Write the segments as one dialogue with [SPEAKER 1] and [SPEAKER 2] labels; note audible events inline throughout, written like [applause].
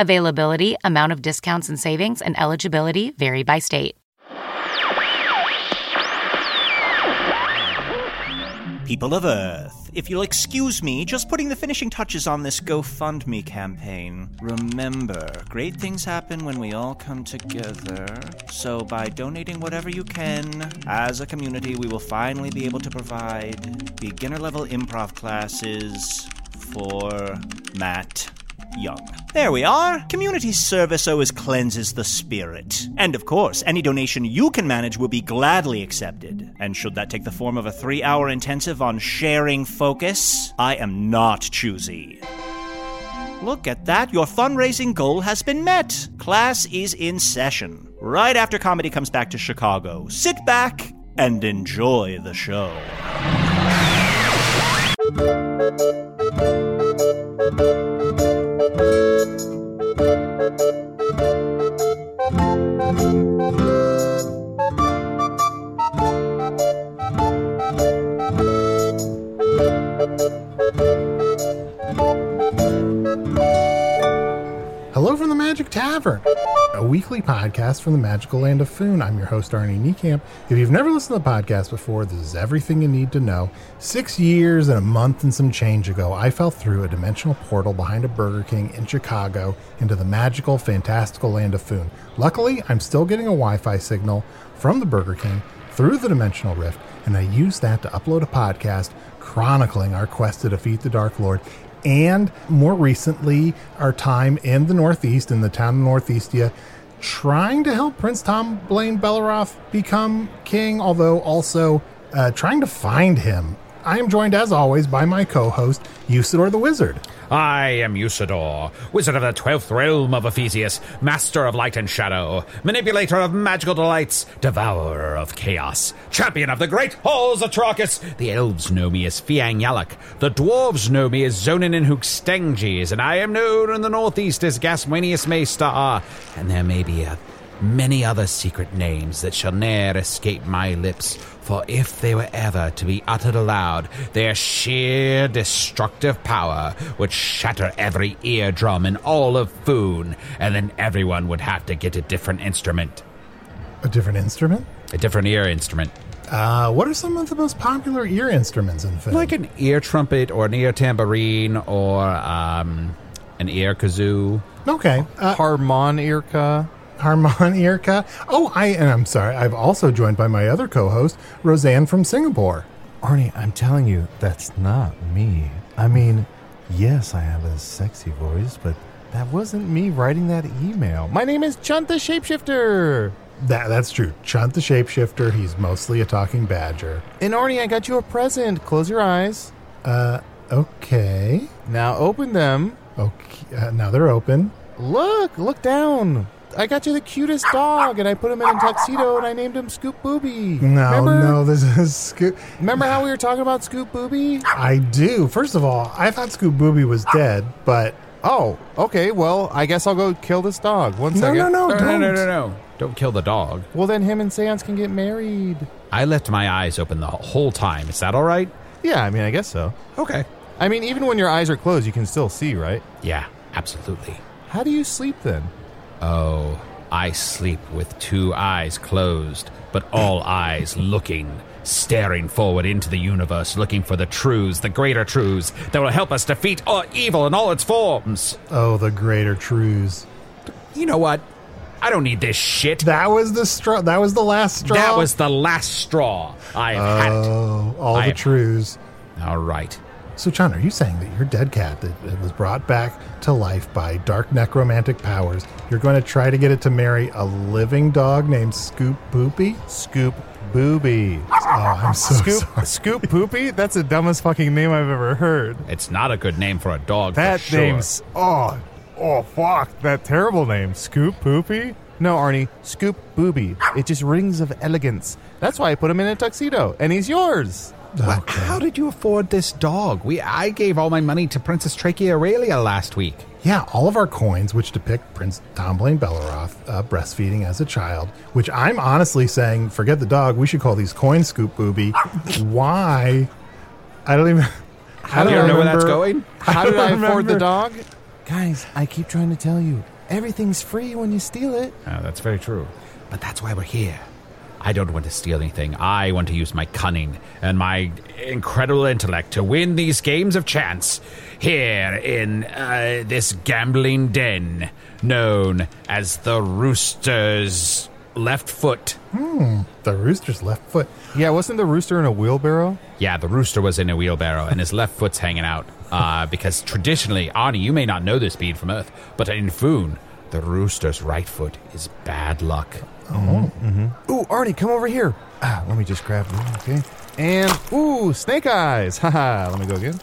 [SPEAKER 1] Availability, amount of discounts and savings, and eligibility vary by state.
[SPEAKER 2] People of Earth, if you'll excuse me, just putting the finishing touches on this GoFundMe campaign. Remember, great things happen when we all come together. So, by donating whatever you can, as a community, we will finally be able to provide beginner level improv classes for Matt young. There we are. Community service always cleanses the spirit. And of course, any donation you can manage will be gladly accepted. And should that take the form of a three hour intensive on sharing focus, I am not choosy. Look at that, your fundraising goal has been met. Class is in session. Right after comedy comes back to Chicago. Sit back and enjoy the show.
[SPEAKER 3] Hello from the Magic Tavern, a weekly podcast from the magical land of Foon. I'm your host, Arnie Niekamp. If you've never listened to the podcast before, this is everything you need to know. Six years and a month and some change ago, I fell through a dimensional portal behind a Burger King in Chicago into the magical, fantastical land of Foon. Luckily, I'm still getting a Wi Fi signal from the Burger King through the dimensional rift, and I use that to upload a podcast chronicling our quest to defeat the Dark Lord. And more recently, our time in the Northeast, in the town of Northeastia, trying to help Prince Tom Blaine Belleroth become king, although also uh, trying to find him. I am joined, as always, by my co host, Usador the Wizard.
[SPEAKER 4] I am Usador, wizard of the twelfth realm of Ephesius, master of light and shadow, manipulator of magical delights, devourer of chaos, champion of the great halls of Trachis. The elves know me as Fiang Yalak, the dwarves know me as Zonin and Hookstengis, and I am known in the northeast as Gaswenius Maestar, and there may be a many other secret names that shall ne'er escape my lips, for if they were ever to be uttered aloud, their sheer destructive power would shatter every eardrum in all of Foon, and then everyone would have to get a different instrument.
[SPEAKER 3] A different instrument?
[SPEAKER 4] A different ear instrument.
[SPEAKER 3] Uh, what are some of the most popular ear instruments in film?
[SPEAKER 4] Like an ear trumpet, or an ear tambourine, or um, an ear kazoo.
[SPEAKER 3] okay. Uh,
[SPEAKER 5] Harmon Irka.
[SPEAKER 3] Harmon Irka. Oh, I and I'm sorry. I've also joined by my other co-host, Roseanne from Singapore.
[SPEAKER 5] Arnie, I'm telling you, that's not me. I mean, yes, I have a sexy voice, but that wasn't me writing that email. My name is Chunt the Shapeshifter.
[SPEAKER 3] That that's true. Chunt the shapeshifter. He's mostly a talking badger.
[SPEAKER 5] And Arnie, I got you a present. Close your eyes.
[SPEAKER 3] Uh, okay.
[SPEAKER 5] Now open them.
[SPEAKER 3] Okay. Uh, now they're open.
[SPEAKER 5] Look, look down. I got you the cutest dog, and I put him in a tuxedo, and I named him Scoop Booby.
[SPEAKER 3] No,
[SPEAKER 5] remember,
[SPEAKER 3] no. This is Scoop.
[SPEAKER 5] Remember how we were talking about Scoop Booby?
[SPEAKER 3] I do. First of all, I thought Scoop Booby was dead, but
[SPEAKER 5] Oh, okay. Well, I guess I'll go kill this dog. One second.
[SPEAKER 3] no, no,
[SPEAKER 4] No, no,
[SPEAKER 3] don't.
[SPEAKER 4] no, no, no. Don't kill the dog.
[SPEAKER 5] Well, then him and Seance can get married.
[SPEAKER 4] I left my eyes open the whole time. Is that all right?
[SPEAKER 5] Yeah, I mean, I guess so.
[SPEAKER 4] Okay.
[SPEAKER 5] I mean, even when your eyes are closed, you can still see, right?
[SPEAKER 4] Yeah, absolutely.
[SPEAKER 5] How do you sleep then?
[SPEAKER 4] Oh, I sleep with two eyes closed, but all eyes looking, staring forward into the universe, looking for the truths, the greater truths that will help us defeat all evil in all its forms.
[SPEAKER 3] Oh, the greater truths.
[SPEAKER 4] You know what? I don't need this shit.
[SPEAKER 3] That was the straw. That was the last straw.
[SPEAKER 4] That was the last straw. I have had it.
[SPEAKER 3] Oh, all
[SPEAKER 4] I
[SPEAKER 3] the
[SPEAKER 4] am-
[SPEAKER 3] truths.
[SPEAKER 4] All right.
[SPEAKER 3] So, John, are you saying that your dead cat that, that was brought back to life by dark necromantic powers, you're going to try to get it to marry a living dog named Scoop Poopy?
[SPEAKER 5] Scoop Booby.
[SPEAKER 3] Oh, I'm so
[SPEAKER 5] Scoop
[SPEAKER 3] sorry.
[SPEAKER 5] Scoop Poopy? That's the dumbest fucking name I've ever heard.
[SPEAKER 4] It's not a good name for a dog. for
[SPEAKER 5] That
[SPEAKER 4] sure.
[SPEAKER 5] name's oh oh fuck that terrible name. Scoop Poopy? No, Arnie, Scoop Booby. It just rings of elegance. That's why I put him in a tuxedo, and he's yours.
[SPEAKER 4] Well, How did you afford this dog? We I gave all my money to Princess Trachea Aurelia last week.
[SPEAKER 3] Yeah, all of our coins, which depict Prince Tomblaine Belleroth uh, breastfeeding as a child, which I'm honestly saying, forget the dog, we should call these coins Scoop Booby. Why? I don't even. [laughs] I
[SPEAKER 4] You
[SPEAKER 3] don't
[SPEAKER 4] don't know where that's
[SPEAKER 3] remember-
[SPEAKER 4] going?
[SPEAKER 5] How did I afford the
[SPEAKER 3] remember.
[SPEAKER 5] dog? Guys, I keep trying to tell you, everything's free when you steal it.
[SPEAKER 4] Oh, that's very true. But that's why we're here. I don't want to steal anything. I want to use my cunning and my incredible intellect to win these games of chance here in uh, this gambling den known as the Rooster's Left Foot.
[SPEAKER 3] The rooster's left foot.
[SPEAKER 5] Yeah, wasn't the rooster in a wheelbarrow?
[SPEAKER 4] Yeah, the rooster was in a wheelbarrow and his left foot's hanging out. Uh, because traditionally, Arnie, you may not know this being from Earth, but in Foon, the rooster's right foot is bad luck.
[SPEAKER 5] Ooh, Arnie, come over here. Ah, let me just grab you, okay? And ooh, snake eyes. [laughs] Haha, let me go again.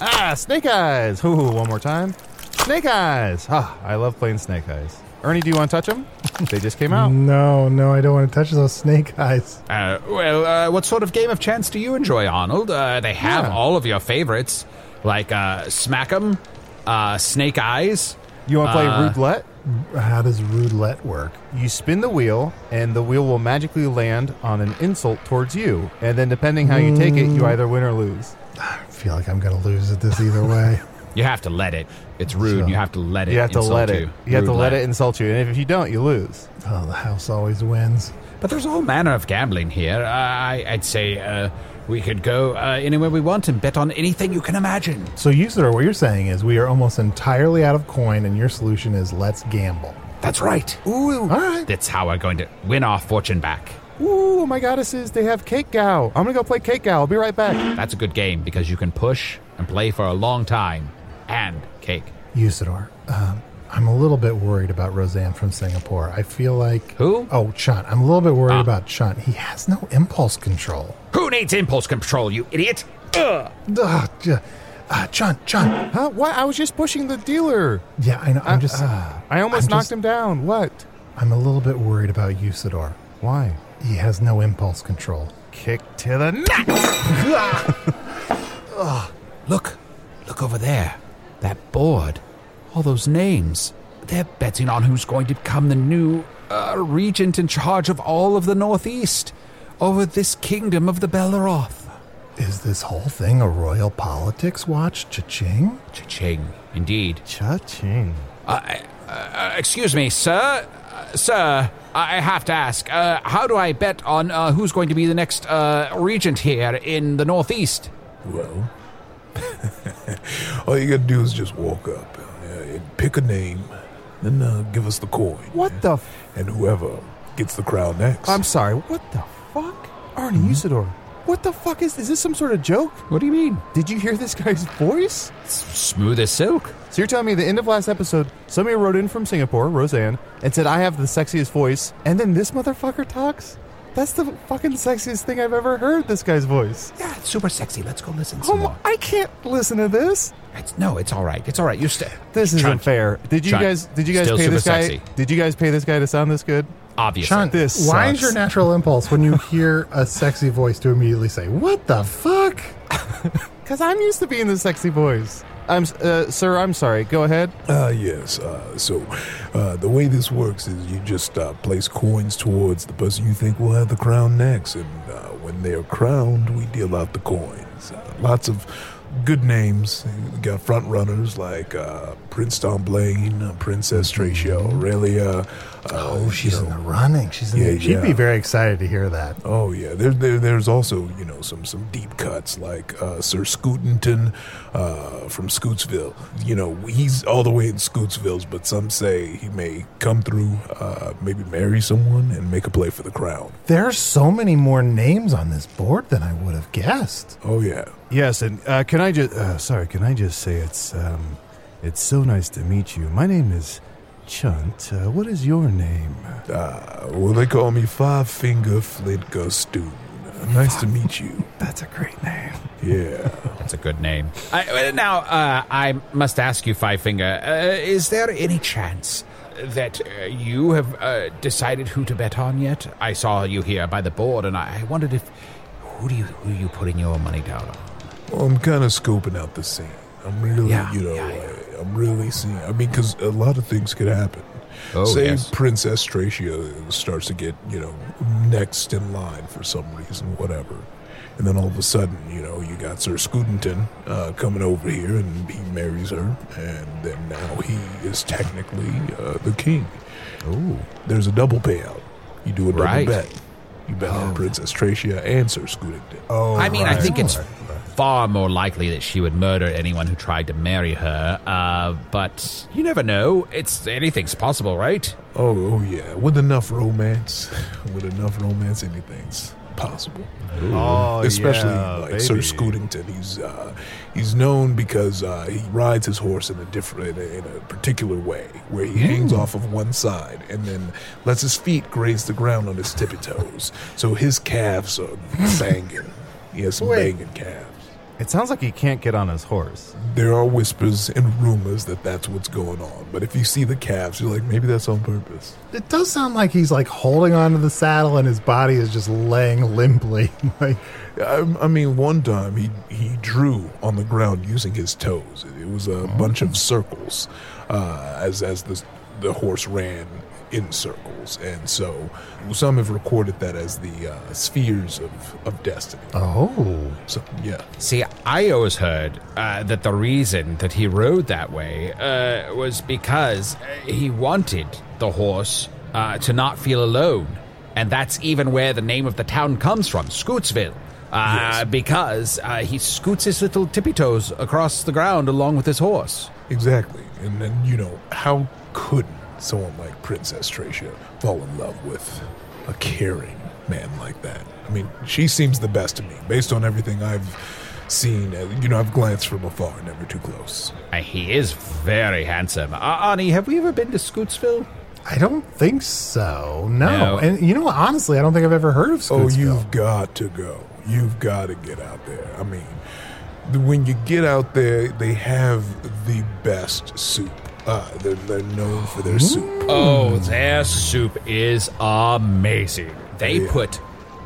[SPEAKER 5] Ah, snake eyes. Ooh, one more time. Snake eyes. Ah, I love playing snake eyes. Ernie, do you want to touch them? [laughs] They just came out.
[SPEAKER 3] No, no, I don't want to touch those snake eyes.
[SPEAKER 4] Uh, well, uh, what sort of game of chance do you enjoy, Arnold? Uh, they have
[SPEAKER 5] Yeah.
[SPEAKER 4] all of your favorites, like uh, Smack 'em, uh, Snake Eyes.
[SPEAKER 5] You want to play
[SPEAKER 4] Uh,
[SPEAKER 5] roulette?
[SPEAKER 3] How does roulette work?
[SPEAKER 5] You spin the wheel, and the wheel will magically land on an insult towards you. And then, depending how you take it,
[SPEAKER 3] Mm.
[SPEAKER 5] you either win or lose.
[SPEAKER 3] I feel like I'm going to lose at this either way.
[SPEAKER 4] You have to let it. It's rude. you have to let it.
[SPEAKER 5] You have to
[SPEAKER 4] insult
[SPEAKER 5] let it.
[SPEAKER 4] You,
[SPEAKER 5] You have to
[SPEAKER 4] Rude
[SPEAKER 5] let it insult you. And if you don't, you lose.
[SPEAKER 3] oh, the house always wins.
[SPEAKER 4] But there's all manner of gambling here. Uh, I, I'd say uh, we could go uh, anywhere we want and bet on anything you can imagine.
[SPEAKER 3] So, Usador, what you're saying is we are almost entirely out of coin, and your solution is let's gamble.
[SPEAKER 4] That's right.
[SPEAKER 5] Ooh.
[SPEAKER 3] All right.
[SPEAKER 4] That's how we're going to win our fortune back.
[SPEAKER 5] Ooh, my goddesses, they have Cake Gal. I'm gonna go play Cake Gal. I'll be right back.
[SPEAKER 4] That's a good game because you can push and play for a long time and cake.
[SPEAKER 3] Usador, um, I'm a little bit worried about Roseanne from Singapore. I feel like.
[SPEAKER 4] Who?
[SPEAKER 3] Oh, Chunt. I'm a little bit worried
[SPEAKER 5] Ah.
[SPEAKER 3] about Chunt. He has no impulse control.
[SPEAKER 4] Who needs impulse control, you idiot? Ugh.
[SPEAKER 3] Ugh, j- uh, Chunt, Chunt.
[SPEAKER 5] Huh? What? I was just pushing the dealer.
[SPEAKER 3] Yeah, I know.
[SPEAKER 5] Ah,
[SPEAKER 3] I'm just.
[SPEAKER 5] I almost
[SPEAKER 3] I'm
[SPEAKER 5] knocked
[SPEAKER 3] just-
[SPEAKER 5] him down. What?
[SPEAKER 3] I'm a little bit worried about Usador.
[SPEAKER 5] Why?
[SPEAKER 3] He has no impulse control.
[SPEAKER 5] Kick to the nuts.
[SPEAKER 4] Look, look over there. That board. All those names. They're betting on who's going to become the new uh, regent in charge of all of the Northeast over this kingdom of the Belleroth.
[SPEAKER 3] Is this whole thing a royal politics watch? Cha-ching?
[SPEAKER 4] Cha-ching, indeed.
[SPEAKER 5] Cha-ching.
[SPEAKER 4] Uh, uh, uh, excuse me, sir. Uh, sir, I have to ask, uh, how do I bet on uh, who's going to be the next uh, regent here in the Northeast?
[SPEAKER 6] Well, [laughs] all you gotta do is just walk up, uh, and pick a name, then uh, give us the coin.
[SPEAKER 5] What the? F-
[SPEAKER 6] And whoever gets the crown next.
[SPEAKER 5] I'm sorry. What the fuck? Arnie
[SPEAKER 3] Mm-hmm.
[SPEAKER 5] Usador. What the fuck is? Is this some sort of joke?
[SPEAKER 4] What do you mean?
[SPEAKER 5] Did you hear this guy's voice?
[SPEAKER 4] Smooth as silk.
[SPEAKER 5] So you're telling me the end of last episode, somebody wrote in from Singapore, Roseanne, and said I have the sexiest voice, and then this motherfucker talks? That's the fucking sexiest thing I've ever heard. This guy's voice.
[SPEAKER 4] Yeah, it's super sexy. Let's go listen
[SPEAKER 5] Oh
[SPEAKER 4] some
[SPEAKER 5] my,
[SPEAKER 4] more.
[SPEAKER 5] I can't listen to this.
[SPEAKER 4] It's, no, it's all right. It's all right. You stay.
[SPEAKER 5] This isn't
[SPEAKER 4] Chunt.
[SPEAKER 5] fair. Did you
[SPEAKER 4] Chunt.
[SPEAKER 5] guys? Did you guys
[SPEAKER 4] Still
[SPEAKER 5] pay
[SPEAKER 4] super
[SPEAKER 5] this guy?
[SPEAKER 4] sexy.
[SPEAKER 5] Did you guys pay this guy to sound this good?
[SPEAKER 4] Obviously.
[SPEAKER 3] Chunt,
[SPEAKER 5] This
[SPEAKER 3] why
[SPEAKER 5] sucks.
[SPEAKER 3] is your natural impulse when you
[SPEAKER 5] [laughs]
[SPEAKER 3] hear a sexy [laughs] voice to immediately say, What the fuck?
[SPEAKER 5] Cause I'm used to being the sexy voice.
[SPEAKER 3] I'm, s- uh, sir, I'm sorry. Go ahead.
[SPEAKER 7] Ah, yes. Uh, so, uh, the way this works is you just uh, place coins towards the person you think will have the crown next, and uh, when they are crowned, we deal out the coins. Uh, lots of good names. We got front runners like uh, Prince Don Blaine, uh, Princess Tracia Aurelia. Uh,
[SPEAKER 5] Oh, she's in the running. She's in
[SPEAKER 7] Yeah,
[SPEAKER 5] the, she'd be
[SPEAKER 7] yeah.
[SPEAKER 5] very excited to hear that.
[SPEAKER 7] Oh yeah, there, there, there's also you know some some deep cuts like uh, Sir Scootington uh, from Scootsville. You know he's all the way in Scootsville, but some say he may come through, uh, maybe marry someone and make a play for the crown.
[SPEAKER 5] There are so many more names on this board than I would have guessed.
[SPEAKER 7] Oh yeah,
[SPEAKER 3] Yes, and uh, can I just? Uh, sorry, can I just say it's um, it's so nice to meet you. My name is Chunt. Uh, what is your name?
[SPEAKER 7] uh, well they call me Five Finger Flint Gustoon. Nice to meet you.
[SPEAKER 3] That's a great name.
[SPEAKER 7] Yeah.
[SPEAKER 4] That's a good name. I, uh, now, uh, I must ask you, Five Finger, uh, is there any chance that uh, you have uh, decided who to bet on yet? I saw you here by the board, and I, I wondered if who do you who are you putting your money down on?
[SPEAKER 7] Well, I'm kind of scoping out the scene. I'm really,
[SPEAKER 4] Yeah,
[SPEAKER 7] you know,
[SPEAKER 4] yeah,
[SPEAKER 7] I, am really seeing. I mean, because a lot of things could happen.
[SPEAKER 4] Oh,
[SPEAKER 7] Say
[SPEAKER 4] yes.
[SPEAKER 7] Princess Tracia starts to get, you know, next in line for some reason, whatever. And then all of a sudden, you know, you got Sir Scootington uh, coming over here and he marries her. And then now he is technically uh, the king.
[SPEAKER 4] Ooh,
[SPEAKER 7] There's a double payout. You do a double
[SPEAKER 4] Right. Oh.
[SPEAKER 7] bet. You bet on Princess Tracia and Sir Scootington.
[SPEAKER 3] Oh,
[SPEAKER 4] I mean, I
[SPEAKER 3] right.
[SPEAKER 4] think it's
[SPEAKER 3] Right, right.
[SPEAKER 4] far more likely that she would murder anyone who tried to marry her. Uh, but you never know; it's anything's possible, right?
[SPEAKER 7] Oh, oh yeah. With enough romance, [laughs] with enough romance, anything's possible.
[SPEAKER 3] Oh,
[SPEAKER 7] Especially
[SPEAKER 3] yeah,
[SPEAKER 7] like Sir
[SPEAKER 3] baby.
[SPEAKER 7] Scootington. He's uh, he's known because uh, he rides his horse in a different, in a, in a particular way, where he hangs
[SPEAKER 3] Mm.
[SPEAKER 7] off of one side and then lets his feet graze the ground on his tippy toes. so his
[SPEAKER 3] [laughs]
[SPEAKER 7] calves are banging. He has some
[SPEAKER 5] Wait.
[SPEAKER 7] banging calves.
[SPEAKER 3] It sounds like he can't get on his horse.
[SPEAKER 7] There are whispers and rumors that that's what's going on. But if you see the calves, you're like, maybe that's on purpose.
[SPEAKER 5] It does sound like he's like holding onto the saddle and his body is just laying limply. [laughs] like,
[SPEAKER 7] I, Um, I mean, one time he he drew on the ground using his toes. It was a bunch of circles, uh, as as the the horse ran in circles, and so some have recorded that as the uh, spheres of of destiny.
[SPEAKER 5] oh,
[SPEAKER 7] So yeah,
[SPEAKER 4] See, I always heard uh, that the reason that he rode that way uh, was because uh, he wanted the horse uh, to not feel alone. And that's even where the name of the town comes from, Scootsville. Uh,
[SPEAKER 7] Yes.
[SPEAKER 4] Because uh, he scoots his little tippy toes across the ground along with his horse.
[SPEAKER 7] exactly. And then you know how could someone like Princess Tracia fall in love with a caring man like that? I mean, she seems the best to me based on everything I've seen. Uh, You know, I've glanced from afar, never too close.
[SPEAKER 4] Uh, he is very handsome. Uh, Arnie, have we ever been to Scootsville?
[SPEAKER 5] I don't think so. No.
[SPEAKER 4] No.
[SPEAKER 5] And you know what? Honestly, I don't think I've ever heard of
[SPEAKER 7] Oh,
[SPEAKER 5] Scootsville.
[SPEAKER 7] you've got to go. You've got to get out there. I mean, the- when you get out there, they have the best soup. Uh, they're, they're known for their soup.
[SPEAKER 4] Oh, their soup is amazing. They
[SPEAKER 7] Yeah.
[SPEAKER 4] put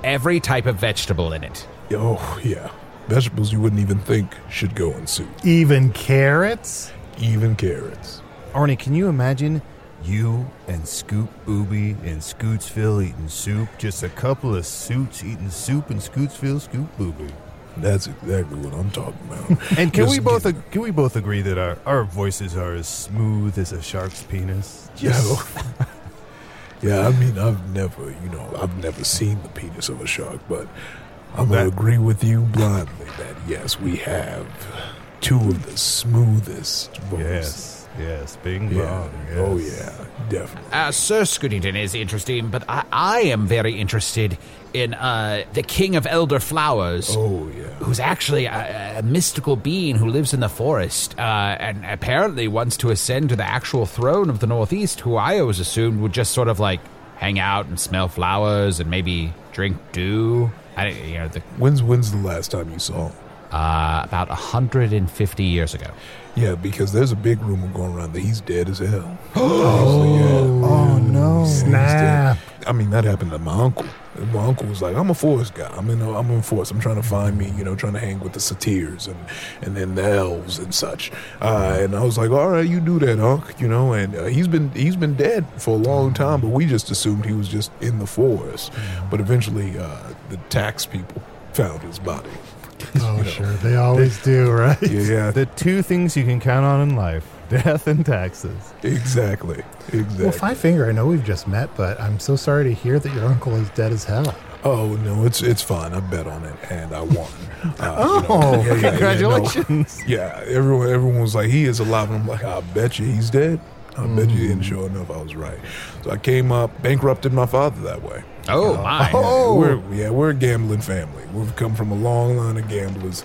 [SPEAKER 4] every type of vegetable in it.
[SPEAKER 7] Oh, yeah. Vegetables you wouldn't even think should go in soup,
[SPEAKER 5] Even carrots?
[SPEAKER 7] even carrots.
[SPEAKER 3] Arnie, can you imagine you and Scoop Booby in Scootsville eating soup? Just a couple of suits eating soup in Scootsville, Scoop Booby.
[SPEAKER 7] That's exactly what I'm talking about.
[SPEAKER 3] [laughs] And can
[SPEAKER 7] Just
[SPEAKER 3] we both
[SPEAKER 7] get-
[SPEAKER 3] ag- can we both agree that our, our voices are as smooth as a shark's penis?
[SPEAKER 7] Yeah. [laughs] yeah, I mean, I've never, you know, I've never seen the penis of a shark, but I'm going
[SPEAKER 3] That-
[SPEAKER 7] to agree with you blindly that, yes, we have two of the smoothest voices.
[SPEAKER 3] Yes. Yes. Bing bong.
[SPEAKER 7] Yeah.
[SPEAKER 3] yes.
[SPEAKER 7] Oh, yeah, definitely.
[SPEAKER 4] Uh, Sir Scootington is interesting, but I, I am very interested in uh, the King of Elder Flowers,
[SPEAKER 7] Oh, yeah.
[SPEAKER 4] who's actually a, a mystical being who lives in the forest uh, and apparently wants to ascend to the actual throne of the Northeast, who I always assumed would just sort of like hang out and smell flowers and maybe drink dew. I, don't- you know, the,
[SPEAKER 7] When's, when's the last time you saw him?
[SPEAKER 4] uh, about 150 years ago.
[SPEAKER 7] Yeah, because there's a big rumor going around that he's dead
[SPEAKER 3] [gasps]
[SPEAKER 7] as hell. oh, yeah.
[SPEAKER 5] Oh, no.
[SPEAKER 7] Yeah,
[SPEAKER 3] Oh,
[SPEAKER 7] he's
[SPEAKER 5] Snap.
[SPEAKER 7] dead. I mean, that happened to my uncle. And my uncle was like, I'm a forest guy. I'm in, a, I'm in forest. I'm trying to find me, you know, trying to hang with the satyrs and, and then the elves and such. Uh, and I was like, all right, you do that, Unc, you know. And uh, he's been he's been dead for a long time, but we just assumed he was just in the forest. But eventually, uh, the tax people found his body.
[SPEAKER 3] [laughs]
[SPEAKER 5] Oh, sure. They always do, right?
[SPEAKER 7] Yeah,
[SPEAKER 3] The two things you can count on in life [laughs] death and taxes.
[SPEAKER 7] exactly, exactly.
[SPEAKER 5] Well, Five Finger, I know we've just met, but I'm so sorry to hear that your uncle is dead as hell.
[SPEAKER 7] Oh no, it's it's fine. I bet on it, and I won. Uh, you know,
[SPEAKER 3] Oh,
[SPEAKER 7] yeah, yeah, yeah, no.
[SPEAKER 3] congratulations.
[SPEAKER 7] Yeah, everyone everyone was like, he is alive, and I'm like, I bet you he's dead. I bet you, and sure enough, I was right. So I came up, bankrupted my father that way.
[SPEAKER 4] Oh, my.
[SPEAKER 7] [laughs] Oh, we're, yeah, we're a gambling family. We've come from a long line of gamblers.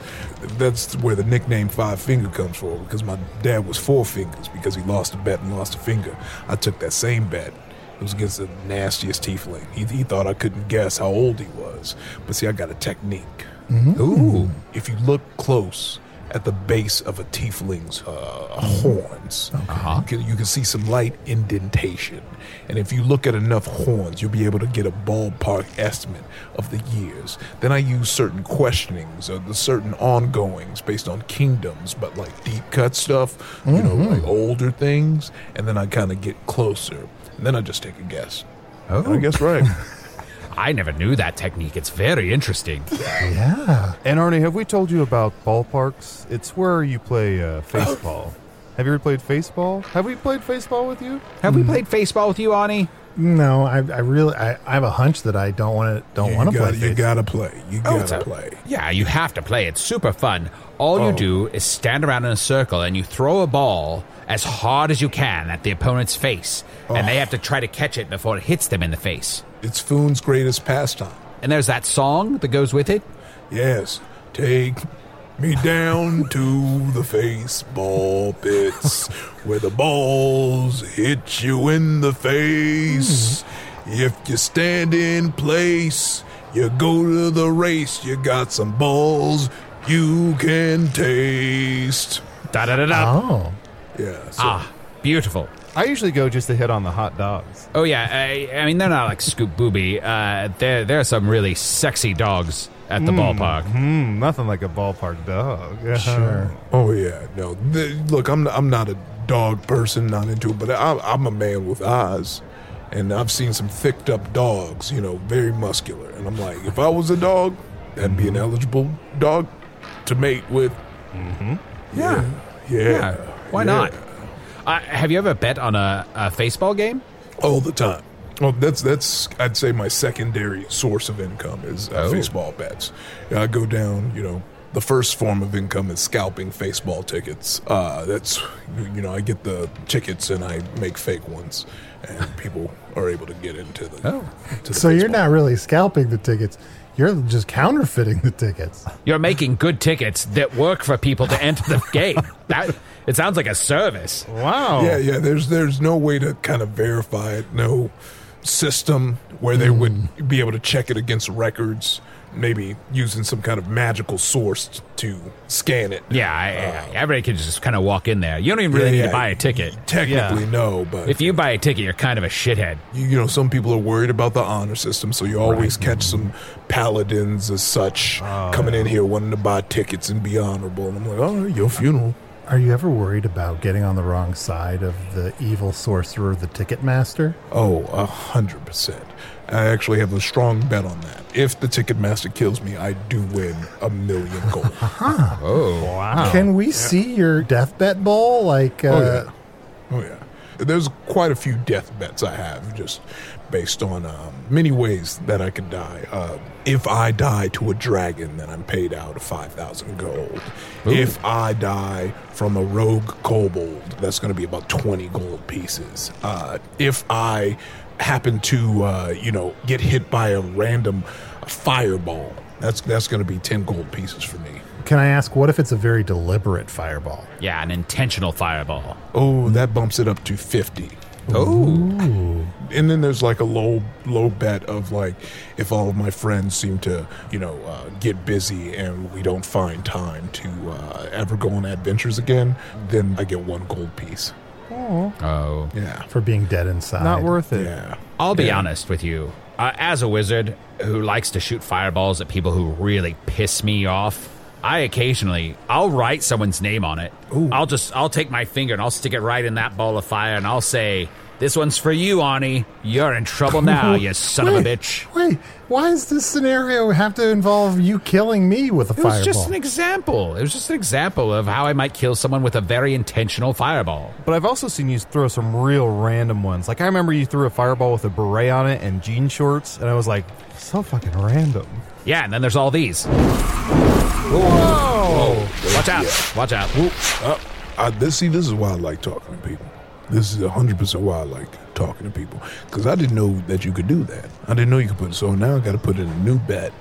[SPEAKER 7] That's where the nickname Five Finger comes from because my dad was Four Fingers because he lost a bet and lost a finger. I took that same bet. It was against the nastiest tiefling. He, he thought I couldn't guess how old he was. But see, I got a technique. Ooh. If you look close at the base of a tiefling's uh, horns, you, can, you can see some light indentation. And if you look at enough horns, you'll be able to get a ballpark estimate of the years. Then I use certain questionings or the certain ongoings based on kingdoms, but like deep cut stuff, you know, like older things. And then I kind of get closer. And then I just take a guess. And I guess right.
[SPEAKER 4] I never knew that technique. It's very interesting.
[SPEAKER 5] [laughs] Yeah.
[SPEAKER 3] And Arnie, have we told you about ballparks? It's where you play
[SPEAKER 5] Oh.
[SPEAKER 3] uh, baseball. have you ever played baseball? Have we played baseball with you?
[SPEAKER 4] Have we
[SPEAKER 7] Hmm.
[SPEAKER 4] played baseball with you, Arnie?
[SPEAKER 5] No, I, I really, I, I have a hunch that I don't want to, don't
[SPEAKER 7] You
[SPEAKER 5] want to play.
[SPEAKER 7] gotta- You
[SPEAKER 5] face-
[SPEAKER 7] gotta play. You
[SPEAKER 4] it's
[SPEAKER 7] gotta
[SPEAKER 4] a-
[SPEAKER 7] play.
[SPEAKER 4] Yeah, you have to play. It's super fun. All you do is stand around in a circle and you throw a ball as hard as you can at the opponent's face, and they have to try to catch it before it hits them in the face.
[SPEAKER 7] It's Foon's greatest pastime.
[SPEAKER 4] And there's that song that goes with it.
[SPEAKER 7] Yes, take me down to the face ball pits where the balls hit you in the face. If you stand in place, you go to the race, you got some balls you can taste.
[SPEAKER 4] Da da da da.
[SPEAKER 5] Oh,
[SPEAKER 7] Yeah, so
[SPEAKER 4] Ah, beautiful.
[SPEAKER 3] I usually go just to hit on the hot dogs.
[SPEAKER 4] Oh yeah, I, I mean they're not like Scoop Booby. Uh, there there are some really sexy dogs at the ballpark.
[SPEAKER 3] Hmm, nothing like a ballpark dog. [laughs]
[SPEAKER 5] sure.
[SPEAKER 7] Oh yeah, no. Th look, I'm I'm not a dog person, not into it, but I, I'm a man with eyes, and I've seen some thicked up dogs, you know, very muscular, and I'm like, if I was a dog, that'd be an eligible dog to mate with. Mm-hmm. Yeah, yeah.
[SPEAKER 4] Yeah, why
[SPEAKER 7] yeah.
[SPEAKER 4] not? Uh, have you ever bet on a, a baseball game?
[SPEAKER 7] All the time. Well, that's that's I'd say my secondary source of income is uh,
[SPEAKER 4] Oh.
[SPEAKER 7] baseball bets. Yeah, I go down, you know. The first form of income is scalping baseball tickets. Uh, that's you know I get the tickets and I make fake ones, and people are able to get into the.
[SPEAKER 4] Oh.
[SPEAKER 7] to the
[SPEAKER 5] So you're
[SPEAKER 7] baseball.
[SPEAKER 5] not really scalping the tickets. You're just counterfeiting the tickets.
[SPEAKER 4] You're making good tickets that work for people to enter the
[SPEAKER 7] [laughs]
[SPEAKER 4] game. That it sounds like a service.
[SPEAKER 3] Wow.
[SPEAKER 4] Oh.
[SPEAKER 7] Yeah, yeah. There's there's no way to kind of verify it. No system where they
[SPEAKER 4] Mm.
[SPEAKER 7] would be able to check it against records. Maybe using some kind of magical source t- to scan it.
[SPEAKER 4] Yeah, I, I, everybody can just kind of walk in there. You don't even really
[SPEAKER 7] Yeah,
[SPEAKER 4] need
[SPEAKER 7] yeah.
[SPEAKER 4] to buy a ticket.
[SPEAKER 7] Technically,
[SPEAKER 3] Yeah.
[SPEAKER 7] no, but
[SPEAKER 4] If you buy a ticket, you're kind of a shithead.
[SPEAKER 7] you, you know, some people are worried about the honor system, so you always catch some paladins as such
[SPEAKER 4] Oh.
[SPEAKER 7] coming in here wanting to buy tickets and be honorable. And I'm like, oh, your funeral.
[SPEAKER 5] Are you ever worried about getting on the wrong side of the evil sorcerer, the ticket master?
[SPEAKER 7] Oh, a hundred percent. I actually have a strong bet on that. If the Ticketmaster kills me, I do win a million
[SPEAKER 4] [laughs]
[SPEAKER 7] gold.
[SPEAKER 3] Wow.
[SPEAKER 5] Can we see your death bet bowl? Like, uh,
[SPEAKER 7] oh, yeah. Oh, yeah. There's quite a few death bets I have just based on um, many ways that I could die. Uh, if I die to a dragon, then I'm paid out 5,000 gold. If I die from a rogue kobold, that's going to be about 20 gold pieces. Uh, if I happen to, uh, you know, get hit by a random fireball, that's, that's going to be 10 gold pieces for me.
[SPEAKER 5] can I ask, what if it's a very deliberate fireball?
[SPEAKER 4] Yeah, an intentional fireball.
[SPEAKER 7] Oh, that bumps it up to 50. Oh. And then there's like a low low bet of like if all of my friends seem to, you know, uh, get busy and we don't find time to uh, ever go on adventures again, then I get one gold piece.
[SPEAKER 4] Oh,
[SPEAKER 7] Yeah.
[SPEAKER 5] For being dead inside.
[SPEAKER 3] Not worth it.
[SPEAKER 7] Yeah.
[SPEAKER 4] I'll be honest with you. Uh, as a wizard who likes to shoot fireballs at people who really piss me off, I occasionally I'll write someone's name on it. I'll just I'll take my finger and I'll stick it right in that ball of fire and I'll say, "This one's for you, Ani. You're in [laughs] trouble now, you son of a
[SPEAKER 5] Wait,
[SPEAKER 4] bitch."
[SPEAKER 5] Wait, why does this scenario have to involve you killing me with a
[SPEAKER 4] It
[SPEAKER 5] fireball?
[SPEAKER 4] was just an example. It was just an example of how I might kill someone with a very intentional fireball.
[SPEAKER 3] But I've also seen you throw some real random ones. Like I remember you threw a fireball with a beret on it and jean shorts, and I was like, so fucking random.
[SPEAKER 4] Yeah, and then there's all these.
[SPEAKER 3] Whoa!
[SPEAKER 7] Oh.
[SPEAKER 4] Watch out! Watch out!
[SPEAKER 7] Uh, I, this, see, this is why I like talking to people. This is 100% why I like talking to people. Because I didn't know that you could do that. I didn't know you could put So now I got to put in a new bet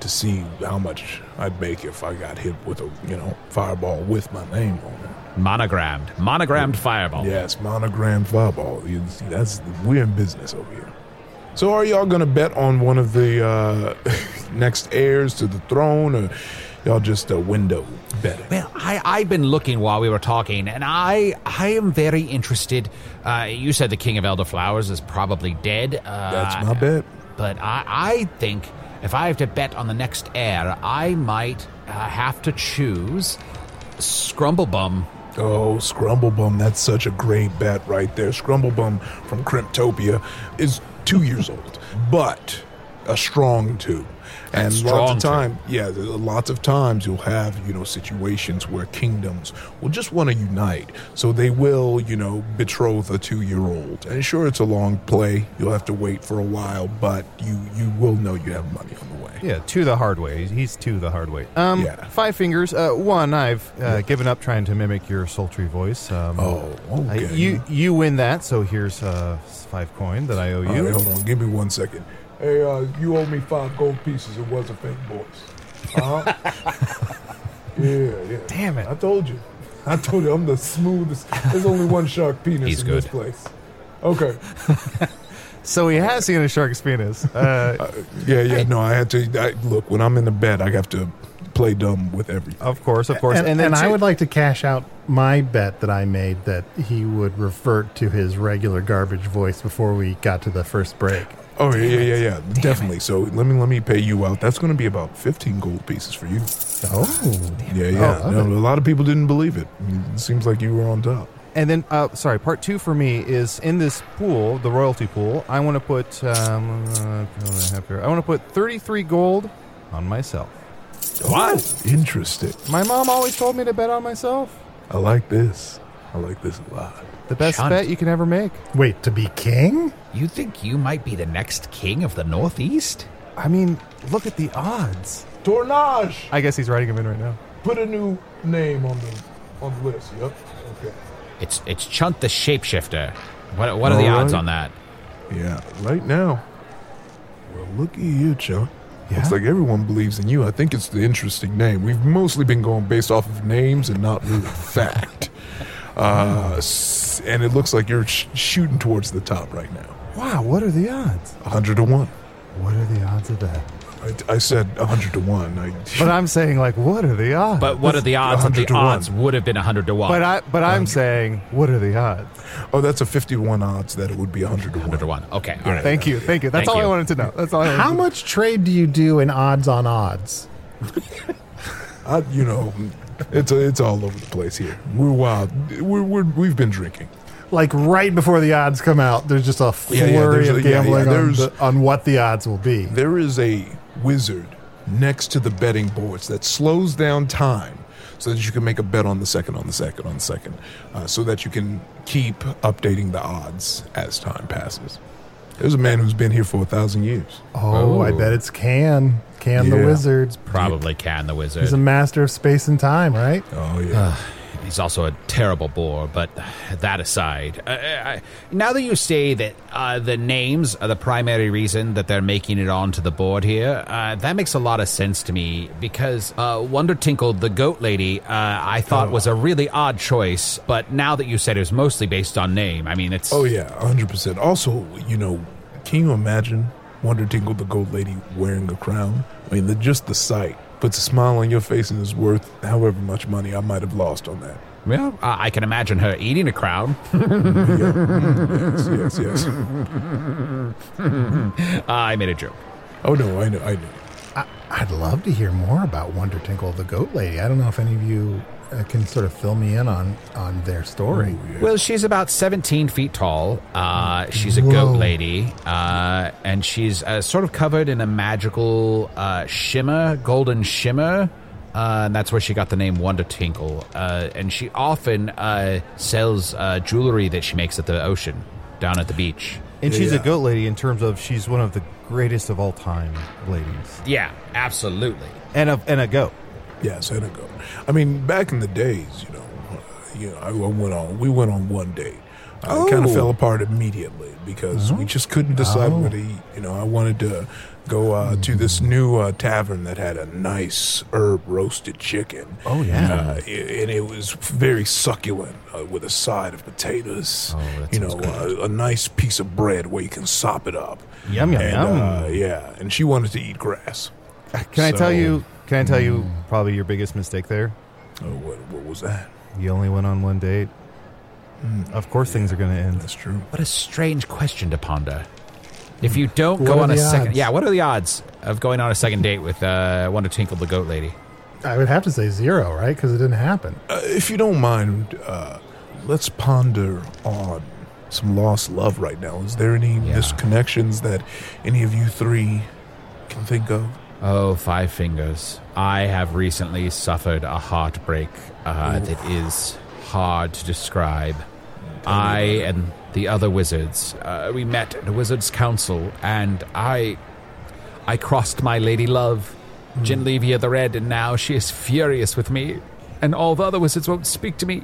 [SPEAKER 7] to see how much I'd make if I got hit with a, you know, fireball with my name on it.
[SPEAKER 4] Monogrammed, monogrammed fireball.
[SPEAKER 7] Yes, monogram fireball. You see, that's we're in business over here. So, are y'all gonna bet on one of the uh, [laughs] next heirs to the throne, or y'all just a window betting?
[SPEAKER 4] Well, I, I've been looking while we were talking, and I I am very interested. Uh, you said the King of Elderflowers is probably dead. Uh,
[SPEAKER 7] That's my bet.
[SPEAKER 4] But I, I think if I have to bet on the next heir, I might uh, have to choose Scrumblebum.
[SPEAKER 7] Oh, Scrumblebum, that's such a great bet right there. Scrumblebum from Cryptopia is two years old, but a strong two. And
[SPEAKER 4] That's
[SPEAKER 7] lots
[SPEAKER 4] strong
[SPEAKER 7] of
[SPEAKER 4] two.
[SPEAKER 7] time, yeah, there's lots of times you'll have, you know, situations where kingdoms will just want to unite. So they will, you know, betroth a two-year-old. And sure, it's a long play. You'll have to wait for a while, but you you will know you have money on the way.
[SPEAKER 3] Yeah, two the hard way. He's- He's two the hard way. Um,
[SPEAKER 7] Yeah.
[SPEAKER 3] five fingers. Uh, one, I've uh, given up trying to mimic your sultry voice. Um,
[SPEAKER 7] Oh,
[SPEAKER 3] I-
[SPEAKER 7] okay.
[SPEAKER 3] you you win that. So here's uh, five coin that I owe
[SPEAKER 7] All
[SPEAKER 3] you.
[SPEAKER 7] right, hold on. Give me one second. Hey, uh, you owe me five gold pieces. It was a fake voice. Huh? [laughs] yeah, yeah.
[SPEAKER 3] Damn it.
[SPEAKER 7] I told you. I told you I'm the smoothest. There's only one shark penis
[SPEAKER 4] He's
[SPEAKER 7] in this
[SPEAKER 4] good.
[SPEAKER 7] place. Okay.
[SPEAKER 3] So he has seen a shark's penis.
[SPEAKER 5] [laughs]
[SPEAKER 3] Uh,
[SPEAKER 7] Yeah, yeah. No, I had to. I, look, when I'm in the bed, I have to play dumb with everything.
[SPEAKER 3] of course, of course.
[SPEAKER 5] and, and,
[SPEAKER 3] then
[SPEAKER 5] I
[SPEAKER 3] two-
[SPEAKER 5] would like to cash out my bet that I made that he would revert to his regular garbage voice before we got to the first break.
[SPEAKER 7] Oh, yeah, yeah, yeah, yeah. Definitely. So let me let me pay you out. That's going to be about 15 gold pieces for you.
[SPEAKER 5] Oh,
[SPEAKER 7] Yeah, yeah.
[SPEAKER 5] I love
[SPEAKER 7] No, a lot of people didn't believe it. It seems like you were on top.
[SPEAKER 3] And then, uh, sorry, part two for me is in this pool, the royalty pool. I want to put, um, uh, I want to put 33 gold on myself.
[SPEAKER 7] What? interesting.
[SPEAKER 3] My mom always told me to bet on myself.
[SPEAKER 7] I like this. I like this a lot.
[SPEAKER 3] The best
[SPEAKER 4] Shunned.
[SPEAKER 3] bet you can ever make.
[SPEAKER 5] wait, to be king?
[SPEAKER 4] You think you might be the next king of the Northeast?
[SPEAKER 3] I mean, look at the odds.
[SPEAKER 7] Tornage,
[SPEAKER 3] I guess he's writing him in right now.
[SPEAKER 7] put a new name on the on the list. Yep. Okay.
[SPEAKER 4] It's it's Chunt the Shapeshifter. What what are the
[SPEAKER 7] All
[SPEAKER 4] odds
[SPEAKER 7] right.
[SPEAKER 4] on that?
[SPEAKER 7] Yeah. Right now. Well, looky here, Chuck.
[SPEAKER 3] Yeah?
[SPEAKER 7] Looks like everyone believes in you. I think it's the interesting name. We've mostly been going based off of names and not really [laughs] fact. Uh, s- and it looks like you're sh- shooting towards the top right now.
[SPEAKER 3] Wow, what are the odds?
[SPEAKER 7] 100 to 1.
[SPEAKER 3] What are the odds of that?
[SPEAKER 7] I, I said 100 to 1. I,
[SPEAKER 3] But I'm saying, like, what are the odds?
[SPEAKER 4] But what are the odds that
[SPEAKER 7] 100
[SPEAKER 4] the
[SPEAKER 7] to one.
[SPEAKER 4] odds would have been 100 to 1?
[SPEAKER 3] But I, but
[SPEAKER 4] Um,
[SPEAKER 3] I'm saying, what are the odds?
[SPEAKER 7] oh, that's a 51 odds that it would be 100 to 1.
[SPEAKER 4] 100 to 1. Okay, all right.
[SPEAKER 3] Thank you, thank you. That's
[SPEAKER 4] Thank
[SPEAKER 3] all I
[SPEAKER 4] you.
[SPEAKER 3] wanted to know. That's all. I wanted
[SPEAKER 5] How
[SPEAKER 3] to know.
[SPEAKER 5] much trade do you do in odds on odds?
[SPEAKER 7] I, you know, it's it's all over the place here. We're wild. We're, we're we've been drinking.
[SPEAKER 5] Like right before the odds come out, there's just a
[SPEAKER 7] Yeah,
[SPEAKER 5] flurry
[SPEAKER 7] yeah, there's
[SPEAKER 5] of
[SPEAKER 7] a- yeah, yeah,
[SPEAKER 5] gambling on,
[SPEAKER 7] there's-
[SPEAKER 5] the, on what the odds will be.
[SPEAKER 7] There is a wizard next to the betting boards that slows down time so that you can make a bet on the second, on the second, on the second, uh, so that you can keep updating the odds as time passes. There's a man who's been here for a thousand years.
[SPEAKER 5] Oh, I
[SPEAKER 4] Oh.
[SPEAKER 5] bet it's Can. Can the
[SPEAKER 7] Yeah.
[SPEAKER 5] Wizard.
[SPEAKER 4] Probably can the wizard.
[SPEAKER 5] He's a master of space and time, right?
[SPEAKER 7] Oh yeah,
[SPEAKER 4] He's also a terrible bore, but that aside, uh, I, now that you say that uh, the names are the primary reason that they're making it onto the board here, uh, that makes a lot of sense to me because uh, Wonder Tinkle, the goat lady, uh, I
[SPEAKER 7] Oh.
[SPEAKER 4] thought was a really odd choice, but now that you said it was mostly based on name, I mean, it's.
[SPEAKER 7] oh yeah, hundred percent. Also, you know, can you imagine Wonder Tingle the Gold Lady wearing a crown? I mean, the, just the sight puts a smile on your face and is worth however much money I might have lost on that.
[SPEAKER 4] Well, I I can imagine her eating a crown. [laughs]
[SPEAKER 7] Yes, yes.
[SPEAKER 4] I made a joke.
[SPEAKER 7] Oh, no, I know, I know.
[SPEAKER 5] I, I'd love to hear more about Wonder Tinkle the Goat Lady. I don't know if any of you uh, can sort of fill me in on on their story.
[SPEAKER 4] Well, she's about 17 feet tall. Uh, she's a goat lady, uh, and she's uh, sort of covered in a magical uh, shimmer, golden shimmer. Uh, and that's where she got the name Wonder Tinkle. Uh, and she often uh, sells uh, jewelry that she makes at the ocean, down at the beach.
[SPEAKER 3] And she's
[SPEAKER 7] Yeah.
[SPEAKER 3] a goat lady in terms of she's one of the greatest of all time ladies,
[SPEAKER 4] Yeah, absolutely.
[SPEAKER 3] and a and a goat.
[SPEAKER 7] Yeah, Senegal. I mean, back in the days, you know, uh, you know, I I went on. We went on one date. I kind of
[SPEAKER 3] Oh.
[SPEAKER 7] fell apart immediately because
[SPEAKER 3] Mm-hmm.
[SPEAKER 7] we just couldn't decide what to eat. You know, I wanted to go uh, to this
[SPEAKER 3] Mm.
[SPEAKER 7] new uh, tavern that had a nice herb roasted chicken.
[SPEAKER 3] Oh, yeah.
[SPEAKER 7] uh, i- and it was very succulent uh, with a side of potatoes.
[SPEAKER 3] Oh,
[SPEAKER 7] you know, uh, a nice piece of bread where you can sop it up.
[SPEAKER 3] Yum, yum,
[SPEAKER 7] and,
[SPEAKER 3] yum.
[SPEAKER 7] Uh, yeah, and she wanted to eat grass.
[SPEAKER 3] Can I
[SPEAKER 7] So-
[SPEAKER 3] tell you? Can I tell you?
[SPEAKER 5] Hmm.
[SPEAKER 3] Probably your biggest mistake there.
[SPEAKER 7] Oh, what, what was that?
[SPEAKER 3] You only went on one date. Of course, things are going to end.
[SPEAKER 7] That's true.
[SPEAKER 4] What a strange question to ponder. If you don't
[SPEAKER 5] What
[SPEAKER 4] go
[SPEAKER 5] are
[SPEAKER 4] on a
[SPEAKER 5] the
[SPEAKER 4] second,
[SPEAKER 5] odds?
[SPEAKER 4] yeah, what are the odds of going on a second date with uh, Wonder Tinkle the Goat Lady?
[SPEAKER 5] I would have to say zero, right? Because it didn't happen.
[SPEAKER 7] Uh, if you don't mind, uh, let's ponder on some lost love right now. Is there any
[SPEAKER 4] Yeah.
[SPEAKER 7] misconnections that any of you three can think of?
[SPEAKER 4] Oh, Five Fingers. I have recently suffered a heartbreak uh, that is hard to describe. I and the other wizards, uh, we met at a wizard's council, and I. I crossed my lady love, Genlevia the Red, and now she is furious with me, and all the other wizards won't speak to me.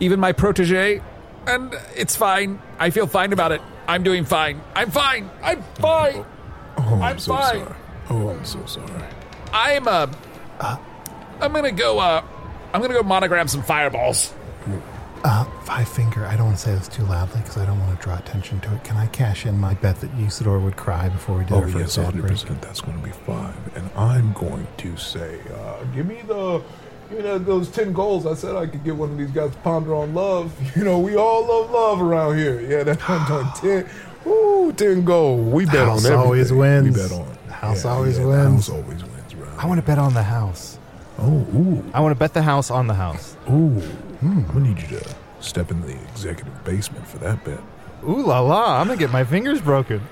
[SPEAKER 4] Even my protege, and it's fine. I feel fine about it. I'm doing fine. I'm fine. I'm fine.
[SPEAKER 7] Oh, I'm,
[SPEAKER 4] I'm
[SPEAKER 7] so
[SPEAKER 4] fine.
[SPEAKER 7] sorry. Oh, I'm so sorry.
[SPEAKER 4] I'm uh, I'm gonna go. Uh, I'm gonna go monogram some fireballs.
[SPEAKER 5] Uh, Five Finger, I don't want to say this too loudly because I don't want to draw attention to it. Can I cash in my bet that Usador would cry before we did
[SPEAKER 7] Oh,
[SPEAKER 5] our
[SPEAKER 7] yes,
[SPEAKER 5] first ad
[SPEAKER 7] hundred
[SPEAKER 5] break?
[SPEAKER 7] percent. That's going to be five, and I'm going to say, uh, give me the, you know, those ten goals. I said I could get one of these guys to ponder on love. [laughs] You know, we all love love around here. Yeah, that's I'm
[SPEAKER 5] [sighs]
[SPEAKER 7] doing ten. Ooh, ten goals. We bet
[SPEAKER 5] House
[SPEAKER 7] on everything.
[SPEAKER 5] always wins.
[SPEAKER 7] We bet on
[SPEAKER 5] The house always wins.
[SPEAKER 7] The house always wins. Around
[SPEAKER 3] I want to bet on the house.
[SPEAKER 7] Oh,
[SPEAKER 3] I want to bet the house on the house.
[SPEAKER 7] ooh, ooh. I'm gonna need you to step in the executive basement for that bet.
[SPEAKER 3] Ooh la la! I'm gonna get my fingers broken.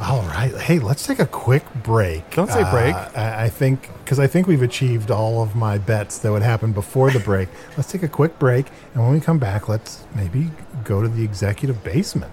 [SPEAKER 5] All right. Hey, let's take a quick break.
[SPEAKER 3] Don't say break.
[SPEAKER 5] I, I think because I think we've achieved all of my bets that would happen before the
[SPEAKER 7] [laughs]
[SPEAKER 5] break. let's take a quick break, and when we come back, let's maybe go to the executive basement.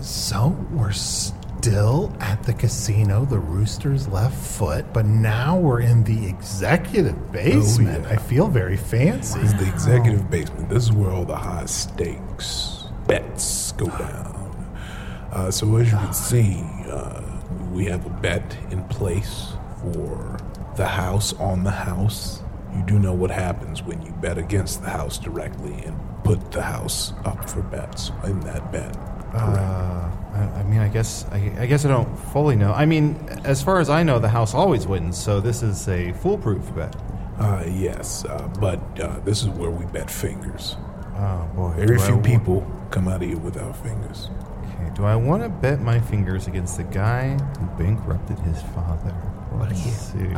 [SPEAKER 5] So we're still at the casino, the Rooster's left foot, but now we're in the
[SPEAKER 7] Oh,
[SPEAKER 5] executive basement. I feel very fancy.
[SPEAKER 7] This is the executive basement. This is where all the high stakes bets go down. Uh, so as you can see, uh, We have a bet in place for the house on the house. You do know what happens when you bet against the house directly and put the house up for bets in that bet.
[SPEAKER 3] Uh, I, I mean, I guess I, I guess I don't fully know. I mean, as far as I know, the house always wins, so this is a foolproof bet.
[SPEAKER 7] Uh, yes, uh, but uh, this is where we bet fingers.
[SPEAKER 3] Oh boy,
[SPEAKER 7] Very
[SPEAKER 3] do I
[SPEAKER 7] few
[SPEAKER 3] wa-
[SPEAKER 7] people come out of here without fingers.
[SPEAKER 3] Okay, do I want to bet my fingers against the guy who bankrupted his father? Let's see.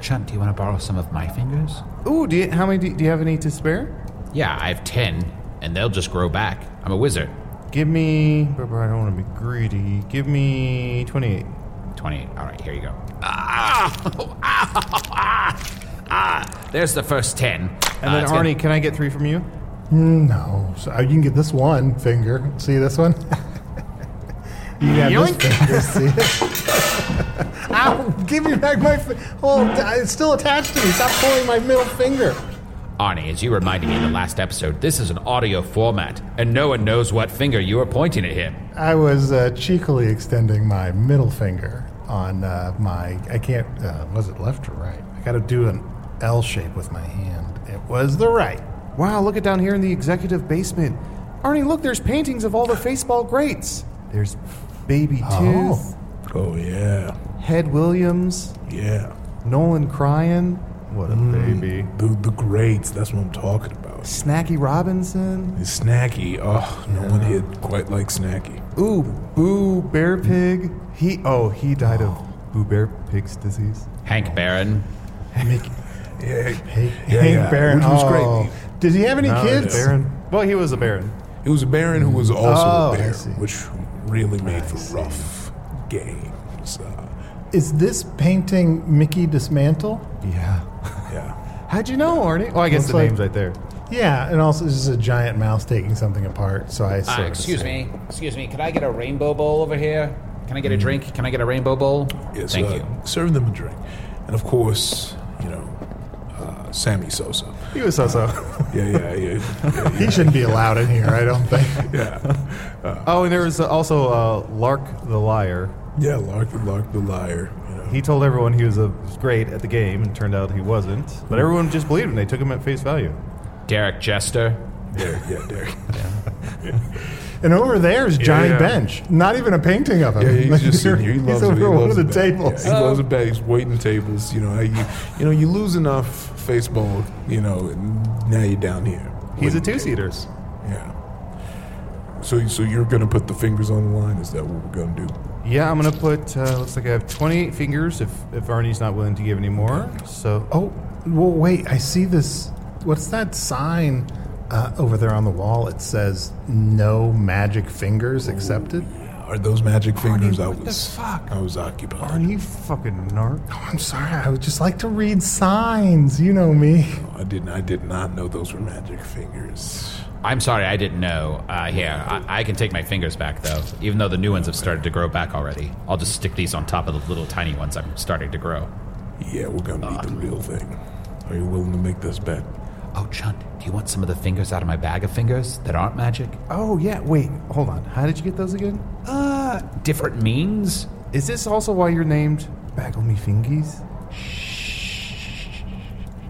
[SPEAKER 4] Chunt, do you want to borrow some of my fingers?
[SPEAKER 3] Ooh, do you, how many do, do you have any to spare?
[SPEAKER 4] Yeah, I have ten, and they'll just grow back. I'm a wizard.
[SPEAKER 3] Give me. But but I don't want to be greedy. Give me twenty-eight.
[SPEAKER 4] 28. All right, here you go. Ah! [laughs] Ah! Ah! Ah! There's the first Uh, 10.
[SPEAKER 3] And then Arnie, can I get three from you?
[SPEAKER 5] No, so uh, you can get this one finger. See this one? [laughs] you got this finger. See it? Ow! Give me back my. Fi- oh, d- it's still attached to me. Stop pulling my middle finger.
[SPEAKER 4] Arnie, as you reminded me in the last episode, this is an audio format, and no one knows what finger you are pointing at him.
[SPEAKER 5] I was uh, cheekily extending my middle finger on uh, my. I can't. Uh, was it left or right? I got to do an L shape with my hand. It was the right.
[SPEAKER 3] Wow, look at down here in the executive basement. Arnie, look, there's paintings of all the baseball greats. There's Baby Tooth,
[SPEAKER 5] Oh.
[SPEAKER 7] Oh, yeah.
[SPEAKER 3] Head Williams,
[SPEAKER 7] Yeah.
[SPEAKER 3] Nolan Cryan. What a baby.
[SPEAKER 7] The, the greats, that's what I'm talking about.
[SPEAKER 3] Snacky Robinson.
[SPEAKER 7] It's snacky. Oh, no one hit quite like snacky.
[SPEAKER 3] Ooh, Boo Bear Pig. He oh, he died of Boo Bear Pig's disease.
[SPEAKER 4] Hank Barron.
[SPEAKER 7] Yeah,
[SPEAKER 5] Hank Barron.
[SPEAKER 7] Which was
[SPEAKER 5] oh.
[SPEAKER 7] great.
[SPEAKER 5] Did he have any kids?
[SPEAKER 3] Baron. Well, he was a Baron.
[SPEAKER 7] It was a baron who was also
[SPEAKER 5] Oh, I
[SPEAKER 7] a bear,
[SPEAKER 5] see.
[SPEAKER 7] which really made for rough games. Uh,
[SPEAKER 5] Is this painting Mickey Dismantle?
[SPEAKER 3] Yeah.
[SPEAKER 7] yeah.
[SPEAKER 3] How'd you know, Arnie? Oh, I guess
[SPEAKER 5] Looks
[SPEAKER 3] the
[SPEAKER 5] like-
[SPEAKER 3] name's right there.
[SPEAKER 5] Yeah, and also this is a giant mouse taking something apart. So I
[SPEAKER 4] Ah,
[SPEAKER 5] sort of
[SPEAKER 4] excuse
[SPEAKER 5] say-
[SPEAKER 4] me. Excuse me. Could I get a rainbow bowl over here? Can I get a drink? Can I get a rainbow bowl?
[SPEAKER 7] Yes,
[SPEAKER 4] Thank
[SPEAKER 7] uh,
[SPEAKER 4] you.
[SPEAKER 7] Serve them a drink. And of course, you know, uh, Sammy Sosa.
[SPEAKER 3] He was so so.
[SPEAKER 7] Yeah, yeah, yeah.
[SPEAKER 5] [laughs] He shouldn't be allowed in here. I don't think.
[SPEAKER 3] oh, and there was also uh, Lark the Liar.
[SPEAKER 7] yeah, Lark the Lark the Liar. You know.
[SPEAKER 3] He told everyone he was a was great at the game, and turned out he wasn't. But everyone just believed him. They took him at face value.
[SPEAKER 4] Derek Jester.
[SPEAKER 7] Derek, yeah, Derek.
[SPEAKER 5] And over there is Johnny
[SPEAKER 7] yeah.
[SPEAKER 5] Bench. Not even a painting of him.
[SPEAKER 7] Yeah, he's
[SPEAKER 5] Like, [laughs]
[SPEAKER 7] just sitting here. He
[SPEAKER 5] he's
[SPEAKER 7] loves
[SPEAKER 5] over
[SPEAKER 7] it. He
[SPEAKER 5] one
[SPEAKER 7] loves
[SPEAKER 5] of the
[SPEAKER 7] it back.
[SPEAKER 5] tables. Uh-huh.
[SPEAKER 7] Yeah, he loves it back. He's waiting tables. You know, you, you know, you lose enough baseball. You know, and now you're down here.
[SPEAKER 3] He's a
[SPEAKER 7] Waiting
[SPEAKER 3] two seater.
[SPEAKER 7] tables. Yeah. So, so you're gonna put the fingers on the line? Is that what we're gonna do?
[SPEAKER 3] Yeah, I'm gonna put. Uh, looks like I have 28 fingers. If if Arnie's not willing to give any more, so oh,
[SPEAKER 5] Oh, well, wait. I see this. What's that sign uh, over there on the wall? It says "No magic fingers accepted."
[SPEAKER 7] Are those magic fingers? I
[SPEAKER 3] what the
[SPEAKER 7] was,
[SPEAKER 3] fuck?
[SPEAKER 7] I was occupied.
[SPEAKER 3] Arnie, you fucking narc.
[SPEAKER 5] [laughs] Oh, I'm sorry. I would just like to read signs. You know me.
[SPEAKER 7] No, I didn't. I did not know those were magic fingers.
[SPEAKER 4] I'm sorry, I didn't know. Uh, here, I-, I can take my fingers back, though, even though the new ones have started to grow back already. I'll just stick these on top of the little tiny ones I'm starting to grow.
[SPEAKER 7] Yeah, we're gonna need the real thing. Are you willing to make this bet?
[SPEAKER 4] Oh, Chunt, do you want some of the fingers out of my bag of fingers that aren't magic? Uh,
[SPEAKER 3] Oh yeah, wait, hold on. How did you get those again?
[SPEAKER 4] Different means?
[SPEAKER 3] Is this also why you're named Baggle Me Fingies?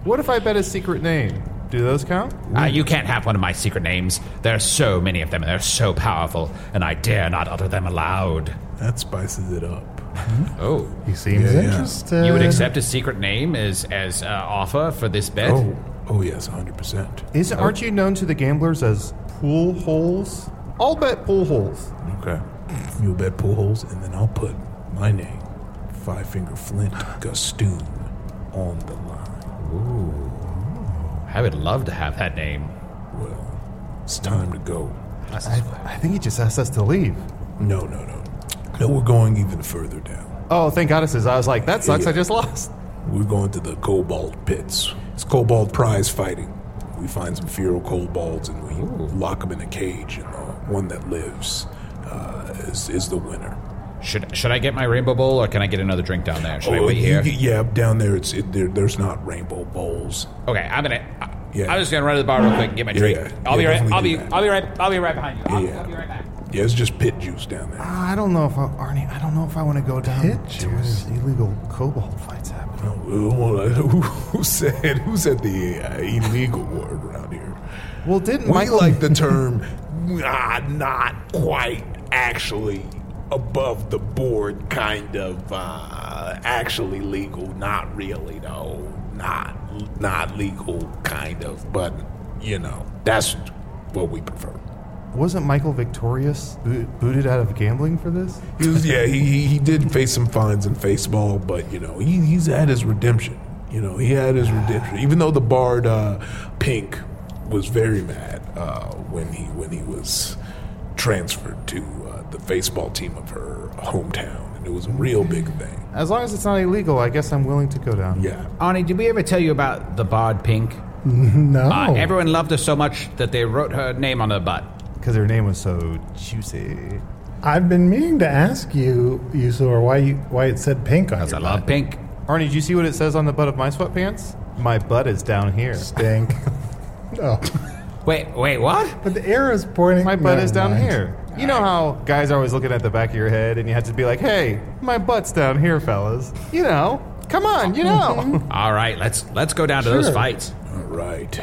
[SPEAKER 3] What if I bet a secret name? Do those count?
[SPEAKER 4] Uh, you can't have one of my secret names. There are so many of them, and they're so powerful, and I dare not utter them aloud.
[SPEAKER 7] That spices it up.
[SPEAKER 4] Oh.
[SPEAKER 5] He seems
[SPEAKER 7] Yeah, yeah.
[SPEAKER 5] interested.
[SPEAKER 4] You would accept a secret name as as uh, offer for this bet?
[SPEAKER 7] Oh, oh yes, hundred percent.
[SPEAKER 3] Is aren't you known to the gamblers as pool holes? I'll bet pool holes.
[SPEAKER 7] Okay. You'll bet pool holes, and then I'll put my name, Five Finger Flint Gustoon, on the line.
[SPEAKER 4] I would love to have that name.
[SPEAKER 7] Well, it's time to go.
[SPEAKER 3] I, I think he just asked us to leave.
[SPEAKER 7] No, no, no. No, we're going even further down.
[SPEAKER 3] Oh, thank goddesses. I was like, that sucks. I just lost.
[SPEAKER 7] We're going to the Cobalt Pits. It's Cobalt Prize Fighting. We find some feral kobolds and we lock them in a cage, and the one that lives uh, is, is the winner.
[SPEAKER 4] Should should I get my rainbow bowl, or can I get another drink down there? Should I
[SPEAKER 7] Oh,
[SPEAKER 4] wait
[SPEAKER 7] you
[SPEAKER 4] here?
[SPEAKER 7] get- yeah, down there, it's it, there, there's not rainbow bowls.
[SPEAKER 4] okay, I'm gonna. I-
[SPEAKER 7] Yeah.
[SPEAKER 4] I'm just gonna run to the bar real quick and get my drink.
[SPEAKER 7] yeah.
[SPEAKER 4] I'll
[SPEAKER 7] Yeah,
[SPEAKER 4] be right.
[SPEAKER 7] definitely
[SPEAKER 4] I'll
[SPEAKER 7] do
[SPEAKER 4] be.
[SPEAKER 7] that.
[SPEAKER 4] I'll be right. I'll be right behind you. I'll,
[SPEAKER 7] Yeah.
[SPEAKER 4] I'll be right back.
[SPEAKER 7] Yeah, it's just pit juice down there.
[SPEAKER 3] I don't know if I, Arnie. I don't know if I want to go down
[SPEAKER 5] Pit
[SPEAKER 3] to where
[SPEAKER 5] juice?
[SPEAKER 3] there's illegal cobalt fights happening.
[SPEAKER 7] Oh, well, uh, who, [laughs] who said who said the uh, illegal word around here?
[SPEAKER 3] Well, didn't
[SPEAKER 7] We
[SPEAKER 3] Michael
[SPEAKER 7] like the term "ah, not quite actually above the board, kind of uh, actually legal, not really though, not not legal, kind of, but you know that's what we prefer.
[SPEAKER 3] wasn't Michael victorious, boot, booted out of gambling for this?
[SPEAKER 7] He was, yeah, he, he he did face some fines in baseball, but you know he, he's had his redemption. You know he had his redemption, even though the bard uh, Pink was very mad uh, when he when he was transferred to uh, the baseball team of her hometown, and it was a real big thing.
[SPEAKER 3] As long as it's not illegal, I guess I'm willing to go down.
[SPEAKER 7] Yeah,
[SPEAKER 8] Arnie, did we ever tell you about the Bard Pink?
[SPEAKER 5] No.
[SPEAKER 8] Uh, Everyone loved her so much that they wrote her name on her butt.
[SPEAKER 3] because her name was so juicy.
[SPEAKER 5] I've been meaning to ask you, Usador, why you why it said pink on
[SPEAKER 8] Because
[SPEAKER 5] your
[SPEAKER 8] I love
[SPEAKER 5] butt.
[SPEAKER 8] pink.
[SPEAKER 3] Arnie, do you see what it says on the butt of my sweatpants? My butt is down here.
[SPEAKER 5] [laughs] stink. oh,
[SPEAKER 8] Wait, wait, what?
[SPEAKER 5] but the arrow's pointing.
[SPEAKER 3] My butt
[SPEAKER 5] never
[SPEAKER 3] is down
[SPEAKER 5] mind.
[SPEAKER 3] here. You know how guys are always looking at the back of your head, and you have to be like, "Hey, my butt's down here, fellas." You know, come on, you know.
[SPEAKER 8] All right, let's let's go down to those
[SPEAKER 5] Sure.
[SPEAKER 8] fights.
[SPEAKER 7] all right.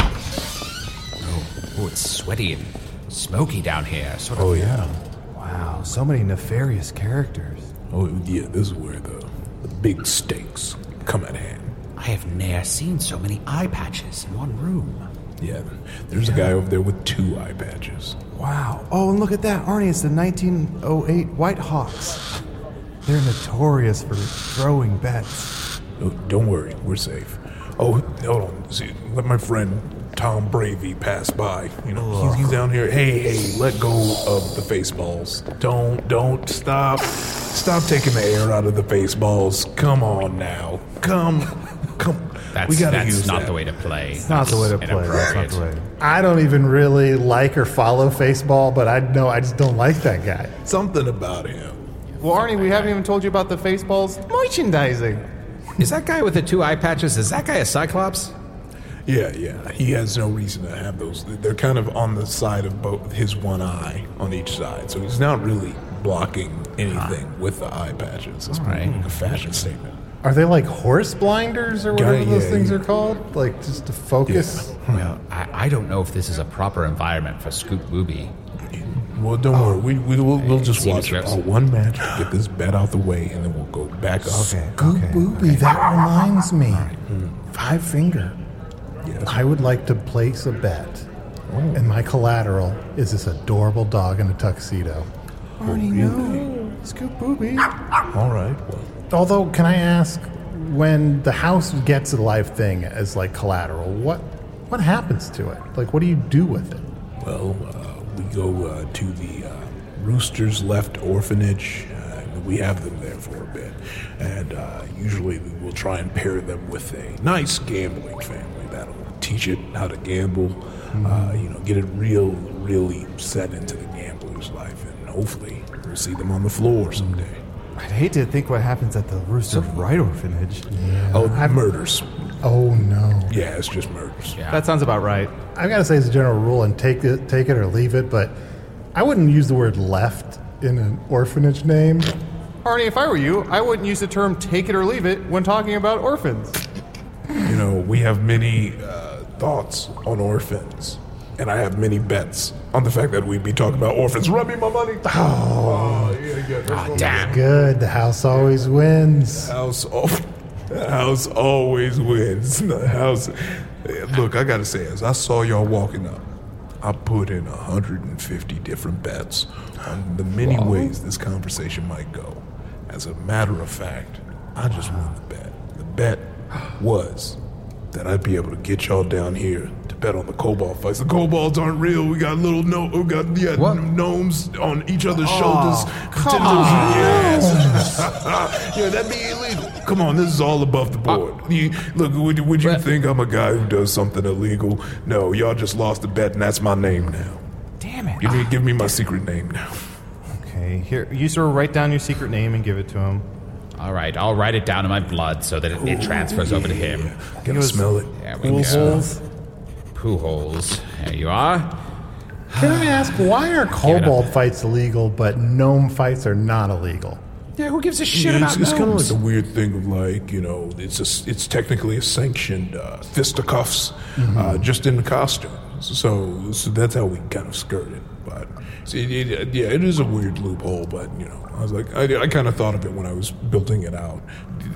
[SPEAKER 8] Oh, it's sweaty and smoky down here. Sort of.
[SPEAKER 7] Oh yeah,
[SPEAKER 3] [laughs] wow, so many nefarious characters.
[SPEAKER 7] oh yeah. This is where the, the big stakes come at hand.
[SPEAKER 8] I have ne'er seen so many eye patches in one room.
[SPEAKER 7] Yeah, there's a guy over there with two eye patches.
[SPEAKER 3] Wow. Oh, and look at that, Arnie. It's the
[SPEAKER 5] oh,
[SPEAKER 3] 1908 White Hawks. They're notorious for throwing bets.
[SPEAKER 7] Oh, don't worry, we're safe. Oh, hold on. See, let my friend Tom Bravey pass by. You know, he's, he's down here. Hey, hey, let go of the face balls. Don't, don't stop. Stop taking the air out of the face balls. Come on now. Come, come.
[SPEAKER 8] That's
[SPEAKER 7] we gotta
[SPEAKER 8] that's
[SPEAKER 7] use
[SPEAKER 8] not
[SPEAKER 7] that.
[SPEAKER 8] the way to play. It's
[SPEAKER 3] Not the way to play. That's not the way.
[SPEAKER 5] I don't even really like or follow Faceball, but I know I just don't like that guy.
[SPEAKER 7] Something about him.
[SPEAKER 3] Well, Arnie, we haven't even told you about the Faceballs merchandising.
[SPEAKER 8] Is that guy with the two eye patches? Is that guy a cyclops?
[SPEAKER 7] Yeah, yeah. He has no reason to have those. They're kind of on the side of both his one eye on each side, so he's not really blocking anything with the eye patches. It's
[SPEAKER 8] right.
[SPEAKER 7] a fashion statement.
[SPEAKER 5] Are they like horse blinders or whatever
[SPEAKER 7] Guy-
[SPEAKER 5] those
[SPEAKER 7] yeah,
[SPEAKER 5] things
[SPEAKER 7] you-
[SPEAKER 5] are called? Like just to focus.
[SPEAKER 8] Well, I, I don't know if this is a proper environment for Scoop Booby.
[SPEAKER 7] Well, don't worry. We, we, we'll, we'll just
[SPEAKER 8] Seems
[SPEAKER 7] watch
[SPEAKER 8] gross.
[SPEAKER 7] our one match, get this bet out the way, and then we'll go back up.
[SPEAKER 3] Okay.
[SPEAKER 5] Goo Booby, that reminds me. Five Finger. I would like to place a bet.
[SPEAKER 3] Oh.
[SPEAKER 5] And my collateral is this adorable dog in a tuxedo.
[SPEAKER 3] Arnie, no. Scoop booby.
[SPEAKER 7] All right. Well,
[SPEAKER 5] Although, can I ask, when the house gets a live thing as like collateral, what what happens to it? Like, what do you do with it?
[SPEAKER 7] well uh, we go uh, to the uh, Rooster's Left Orphanage. Uh, we have them there for a bit. And uh, usually we will try and pair them with a nice gambling family that'll teach it how to gamble, uh, you know, get it real, really set into the gambler's life. And hopefully we'll see them on the floor someday.
[SPEAKER 3] I'd hate to think what happens at the Rooster Right Orphanage.
[SPEAKER 7] Oh, murders.
[SPEAKER 5] Oh no!
[SPEAKER 7] Yeah, it's just murders.
[SPEAKER 3] That sounds about right.
[SPEAKER 5] I've got to say, as a general rule, and take it, take it or leave it. But I wouldn't use the word "left" in an orphanage name.
[SPEAKER 3] Arnie, if I were you, I wouldn't use the term take it or leave it when talking about orphans.
[SPEAKER 7] You know, we have many uh, thoughts on orphans, and I have many bets on the fact that we'd be talking about orphans. Run me my money. [sighs] Oh, yeah, yeah. Oh,
[SPEAKER 8] Damn.
[SPEAKER 5] Good. The house always wins.
[SPEAKER 7] The house, al- the house always wins. [laughs] The house. Look, I gotta say, as I saw y'all walking up, I put in 150 different bets on the many ways this conversation might go. As a matter of fact, I just won the bet. The bet was that I'd be able to get y'all down here to bet on the cobalt fights. The kobolds aren't real. We got little no, we got yeah,
[SPEAKER 8] What?
[SPEAKER 7] gnomes on each other's shoulders. Tendrils. Yes. yeah, that'd be illegal. Come on, this is all above the board. You- look, would, you- would you
[SPEAKER 8] Right.
[SPEAKER 7] think I'm a guy who does something illegal? No, y'all just lost the bet, and that's my name now.
[SPEAKER 3] Damn it.
[SPEAKER 7] Give me, give me my secret name now.
[SPEAKER 3] Okay, here, you sir, write down your secret name and give it to him.
[SPEAKER 8] All right, I'll write it down in my blood so that it, it transfers over to him.
[SPEAKER 7] Can I smell it?
[SPEAKER 8] There we go. Poo holes. There you are.
[SPEAKER 5] Can I ask why are kobold fights illegal but gnome fights are not illegal?
[SPEAKER 4] Yeah, who gives a
[SPEAKER 7] Yeah,
[SPEAKER 4] shit
[SPEAKER 7] it's,
[SPEAKER 4] about
[SPEAKER 7] it's kind of like
[SPEAKER 4] gnomes?
[SPEAKER 7] the weird thing of like you know it's a, it's technically a sanctioned uh, fisticuffs uh, just in the costume. So, so that's how we kind of skirt it. But see, it, it- yeah, it is a weird loophole. But you know, I was like, I, I kind of thought of it when I was building it out.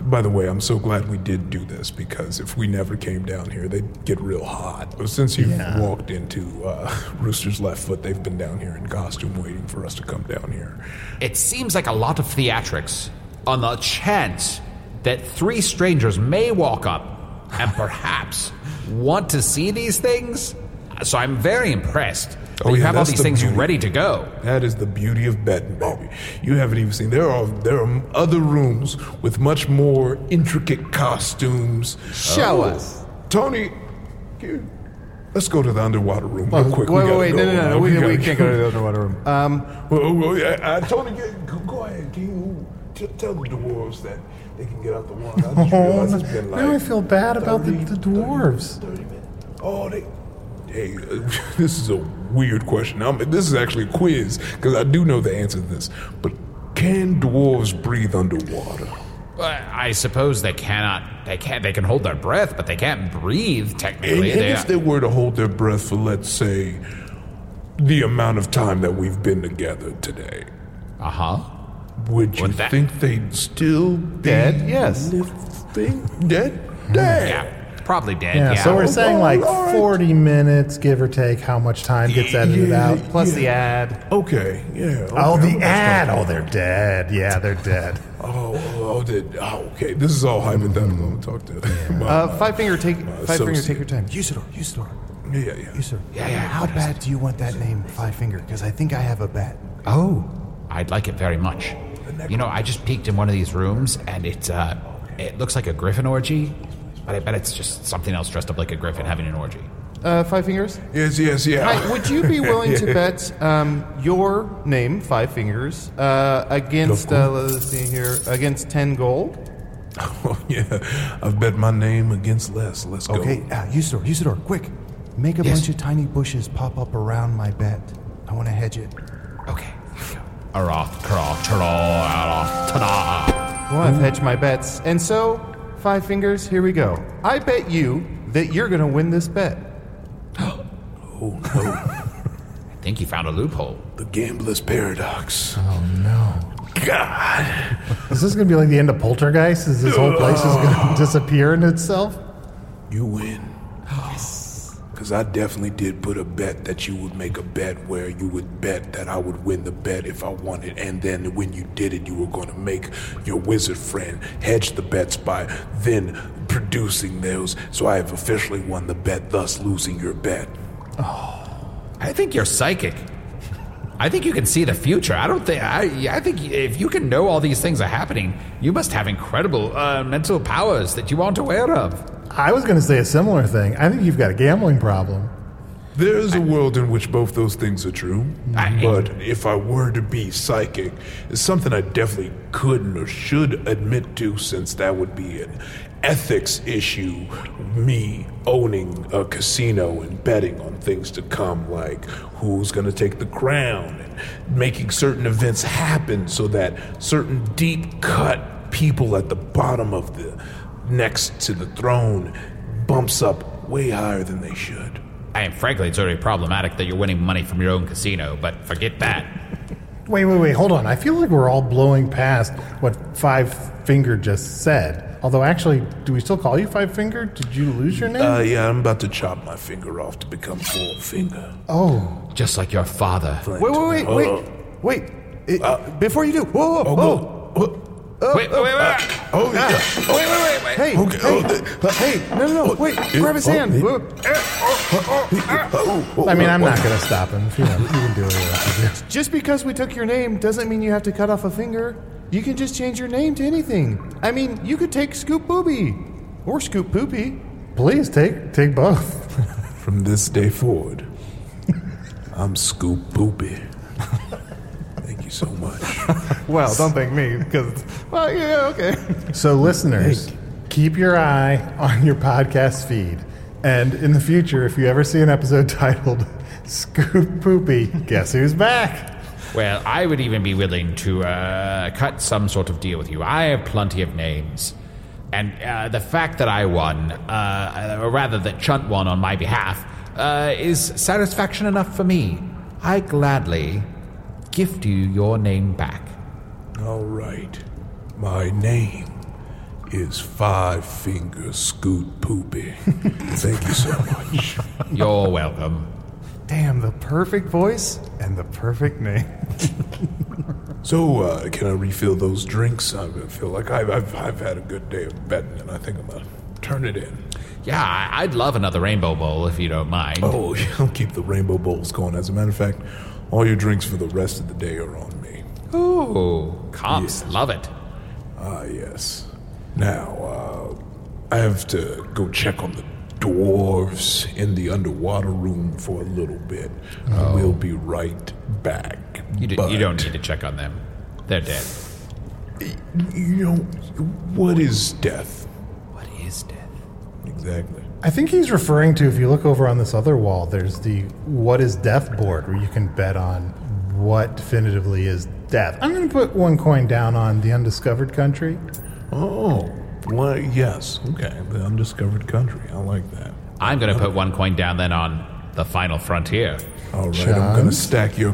[SPEAKER 7] By the way, I'm so glad we did do this because if we never came down here, they'd get real hot. But since you've walked into uh, [laughs] Rooster's left foot, they've been down here in costume waiting for us to come down here.
[SPEAKER 4] It seems like a lot of theatrics on the chance that three strangers may walk up and perhaps want to see these things. So I'm very impressed that
[SPEAKER 7] Oh,
[SPEAKER 4] you
[SPEAKER 7] yeah,
[SPEAKER 4] have all
[SPEAKER 7] that's
[SPEAKER 4] these
[SPEAKER 7] the
[SPEAKER 4] things
[SPEAKER 7] beauty.
[SPEAKER 4] ready to go.
[SPEAKER 7] That is the beauty of Benton, baby. You haven't even seen. There are there are other rooms with much more intricate costumes. Oh.
[SPEAKER 3] Show us.
[SPEAKER 7] Tony, you- let's go to the underwater room
[SPEAKER 3] Wait,
[SPEAKER 7] real quick. We
[SPEAKER 3] wait,
[SPEAKER 7] gotta
[SPEAKER 3] wait.
[SPEAKER 7] go.
[SPEAKER 3] No, no, no. no. We,
[SPEAKER 7] gotta
[SPEAKER 3] we can't go to the underwater room. Um,
[SPEAKER 7] [laughs] Well, well, yeah, uh, Tony, get- go, go ahead. Can you t- tell the dwarves that they can get out the water? I
[SPEAKER 3] [laughs] Oh,
[SPEAKER 7] just realized it's been like
[SPEAKER 5] now I feel bad about the, the dwarves.
[SPEAKER 7] 30 minutes. Oh, they. Hey, [laughs] uh, this is a weird question. I'm, this is actually a quiz because I do know the answer to this. But can dwarves breathe underwater?
[SPEAKER 4] Uh, I suppose they cannot. They can. They can hold their breath, but they can't breathe.
[SPEAKER 7] And,
[SPEAKER 4] Technically,
[SPEAKER 7] and
[SPEAKER 4] they,
[SPEAKER 7] if they were to hold their breath for, let's say, the amount of time that we've been together today,
[SPEAKER 4] uh huh.
[SPEAKER 7] would you
[SPEAKER 4] Would that-
[SPEAKER 7] think they'd still be
[SPEAKER 3] Dead? Yes. Hmm.
[SPEAKER 7] living? Dead? Dead.
[SPEAKER 4] Yeah, probably dead.
[SPEAKER 5] Yeah,
[SPEAKER 4] Yeah.
[SPEAKER 5] so we're saying like
[SPEAKER 7] all right.
[SPEAKER 5] 40 minutes, give or take, how much time gets edited
[SPEAKER 7] Yeah.
[SPEAKER 5] out.
[SPEAKER 3] plus the ad.
[SPEAKER 7] Okay. Yeah.
[SPEAKER 5] Oh,
[SPEAKER 7] okay, I'm
[SPEAKER 5] the
[SPEAKER 7] gonna
[SPEAKER 5] ad.
[SPEAKER 7] stop.
[SPEAKER 5] Oh, they're dead. Yeah, they're dead.
[SPEAKER 7] Oh, oh, oh, did, oh, okay. This is all hypothetical. I'm gonna talk to. [laughs] my-
[SPEAKER 3] Uh,
[SPEAKER 7] my-
[SPEAKER 3] five finger take.
[SPEAKER 7] my
[SPEAKER 3] Five finger take your
[SPEAKER 7] associate.
[SPEAKER 3] time. Usador. Usador.
[SPEAKER 7] Yeah, yeah.
[SPEAKER 3] You, sir.
[SPEAKER 4] Yeah, yeah,
[SPEAKER 3] How bad do you want that name, Five Finger? Because I think I have a bat.
[SPEAKER 4] Oh, I'd like it very much. You know, I just peeked in one of these rooms, and it uh, it looks like a griffin orgy, but I bet it's just something else dressed up like a griffin having an orgy.
[SPEAKER 3] Uh, five Fingers?
[SPEAKER 7] Yes, yes, yeah.
[SPEAKER 3] Hi, would you be willing to bet um, your name, Five Fingers, uh, against, uh, let's see here, against 10 gold?
[SPEAKER 7] [laughs] Oh, yeah. I've bet my name against Les. Let's go.
[SPEAKER 9] Okay, uh, Usador, Usador, quick. Make a bunch of tiny bushes pop up around my bet. I want to hedge it.
[SPEAKER 4] Okay. Aroth, Karoth, Taroth, Aroth, Ta-da!
[SPEAKER 3] Well, I've hedged my bets. And so, Five Fingers, here we go. I bet you that you're going to win this bet.
[SPEAKER 4] I think you found a loophole.
[SPEAKER 7] The gambler's paradox. Oh no. God.
[SPEAKER 5] Is this going to be like the end of Poltergeist? Is this whole place is going
[SPEAKER 3] [laughs]
[SPEAKER 5] to disappear in itself?
[SPEAKER 7] You win. Because I definitely did put a bet that you would make a bet where you would bet that I would win the bet if I won it. And then when you did it, you were going to make your wizard friend hedge the bets by then producing those. So I have officially won the bet, thus losing your bet.
[SPEAKER 4] I think you're psychic. I think you can see the future. I don't think. I, I think if you can know all these things are happening, you must have incredible uh, mental powers that you aren't aware of.
[SPEAKER 5] I was going to say a similar thing. I think you've got a gambling problem.
[SPEAKER 7] There is a world in which both those things are true.
[SPEAKER 4] I-
[SPEAKER 7] but if I were to be psychic, it's something I definitely couldn't or should admit to, since that would be an ethics issue. Me owning a casino and betting on things to come, like who's going to take the crown, and making certain events happen so that certain deep cut people at the bottom of the next to the throne bumps up way higher than they should.
[SPEAKER 4] I am frankly, it's already problematic that you're winning money from your own casino. But forget that.
[SPEAKER 5] Wait, wait, wait. Hold on. I feel like we're all blowing past what Five Finger just said. Although, actually, do we still call you Five Finger? Did you lose your name?
[SPEAKER 7] Uh, yeah, I'm about to chop my finger off to become four finger.
[SPEAKER 4] Just like your father.
[SPEAKER 3] Uh, Wait, wait, wait, wait.
[SPEAKER 7] Uh,
[SPEAKER 3] Wait. It-
[SPEAKER 5] Uh,
[SPEAKER 3] before you do. Whoa, whoa,
[SPEAKER 5] oh,
[SPEAKER 3] whoa.
[SPEAKER 4] wait, wait, wait, wait,
[SPEAKER 7] Oh, yeah.
[SPEAKER 3] Ah.
[SPEAKER 7] Oh,
[SPEAKER 4] wait, wait, wait.
[SPEAKER 3] Hey,
[SPEAKER 7] Okay, oh,
[SPEAKER 3] hey, hey, no, no, no, wait, grab his
[SPEAKER 7] oh,
[SPEAKER 3] hand.
[SPEAKER 7] eh.
[SPEAKER 3] Whoa.
[SPEAKER 5] I mean, I'm not going to stop him. If You know, you can do what you want to
[SPEAKER 3] [laughs]
[SPEAKER 5] do.
[SPEAKER 3] Just because we took your name doesn't mean you have to cut off a finger. You can just change your name to anything. I mean, you could take Scoop Booby or Scoop Poopy.
[SPEAKER 5] Please take take both.
[SPEAKER 7] From this day forward, [laughs] I'm Scoop Boopy. [laughs] Thank you so much. [laughs]
[SPEAKER 3] Well, don't thank me because, well, yeah, okay.
[SPEAKER 5] [laughs] So, listeners, keep your eye on your podcast feed. And in the future, if you ever see an episode [laughs] titled Scoot Poopy. Guess who's back?
[SPEAKER 4] Well, I would even be willing to uh, cut some sort of deal with you. I have plenty of names. And uh, the fact that I won, uh, or rather that Chunt won on my behalf, uh, is satisfaction enough for me. I gladly gift you your name back.
[SPEAKER 7] All right. My name is Five Finger Scoot Poopy. [laughs] Thank you so much.
[SPEAKER 4] You're welcome.
[SPEAKER 10] Damn, the perfect voice and the perfect name.
[SPEAKER 7] So, uh, can I refill those drinks? I feel like I've, I've, I've had a good day of betting, and I think I'm going to turn it in.
[SPEAKER 4] Yeah, I- I'd love another Rainbow Bowl if you don't mind.
[SPEAKER 7] Oh, [laughs] yeah, I'll keep the rainbow bowls going. As a matter of fact, all your drinks for the rest of the day are on me.
[SPEAKER 4] Ooh, comps love it.
[SPEAKER 7] Ah, yes. Now, uh, I have to go check on the dwarves in the underwater room for a little bit. I will be right back.
[SPEAKER 4] Oh. You, do,
[SPEAKER 7] But,
[SPEAKER 4] you don't need to check on them. They're dead.
[SPEAKER 7] You know, what is death?
[SPEAKER 4] What is death?
[SPEAKER 7] Exactly.
[SPEAKER 5] I think he's referring to, if you look over on this other wall, there's the What is Death board where you can bet on what definitively is death. I'm going to put one coin down on the undiscovered country.
[SPEAKER 7] Oh, why, yes. Okay, the undiscovered country. I like that.
[SPEAKER 4] I'm going to put one coin down then on the final frontier.
[SPEAKER 7] All right, I'm going to stack your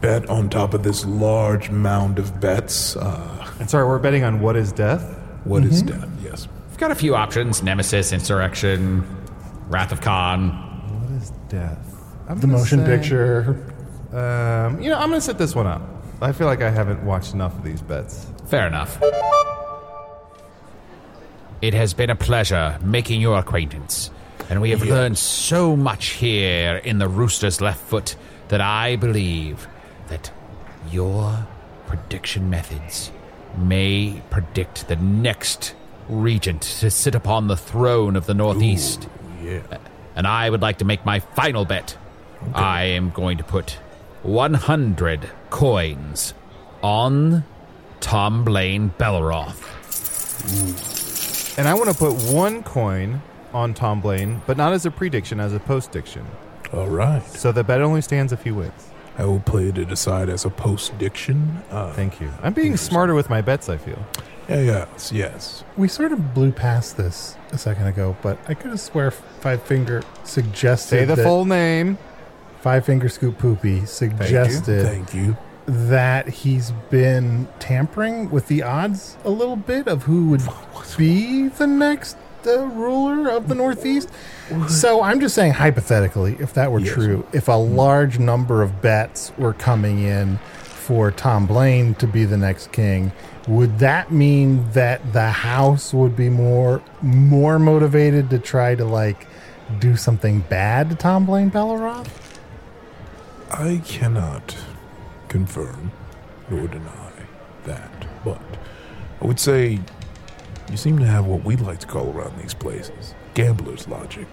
[SPEAKER 7] bet on top of this large mound of bets. Uh,
[SPEAKER 3] And sorry, we're betting on what is death?
[SPEAKER 7] what is
[SPEAKER 5] Mm-hmm.
[SPEAKER 7] death? Yes.
[SPEAKER 4] We've got a few options Nemesis, Insurrection, Wrath of Khan.
[SPEAKER 3] What is death? I'm
[SPEAKER 5] The
[SPEAKER 3] gonna
[SPEAKER 5] motion
[SPEAKER 3] say-
[SPEAKER 5] picture.
[SPEAKER 3] Um, you know, I'm going to set this one up. I feel like I haven't watched enough of these bets.
[SPEAKER 4] Fair enough. It has been a pleasure making your acquaintance, and we have learned so much here in the Rooster's Left Foot that I believe that your prediction methods may predict the next regent to sit upon the throne of the Northeast.
[SPEAKER 7] Yeah.
[SPEAKER 4] and I would like to make my final bet. I am going to put 100 coins on Tom Blaine Belleroth.
[SPEAKER 3] And I want to put one coin on Tom Blaine, but not as a prediction, as a postdiction.
[SPEAKER 7] All right.
[SPEAKER 3] So the bet only stands if he wins.
[SPEAKER 7] I will play to decide as a post diction. Uh,
[SPEAKER 3] Thank you. I'm being smarter with my bets, I feel.
[SPEAKER 7] yeah, yes, yes.
[SPEAKER 5] We sort of blew past this a second ago, but I could have swear Five Finger suggested
[SPEAKER 3] Say the
[SPEAKER 5] that
[SPEAKER 3] full name.
[SPEAKER 5] Five Finger Scoop Poopy suggested
[SPEAKER 7] Thank you.
[SPEAKER 5] that he's been tampering with the odds a little bit of who would be the next uh, ruler of the Northeast. So I'm just saying, hypothetically, if that were true, if a large number of bets were coming in for Tom Blaine to be the next king, would that mean that the House would be more more motivated to try to like do something bad to Tom Blaine Belleroth?
[SPEAKER 7] I cannot confirm nor deny that, but I would say you seem to have what we like to call around these places gambler's logic.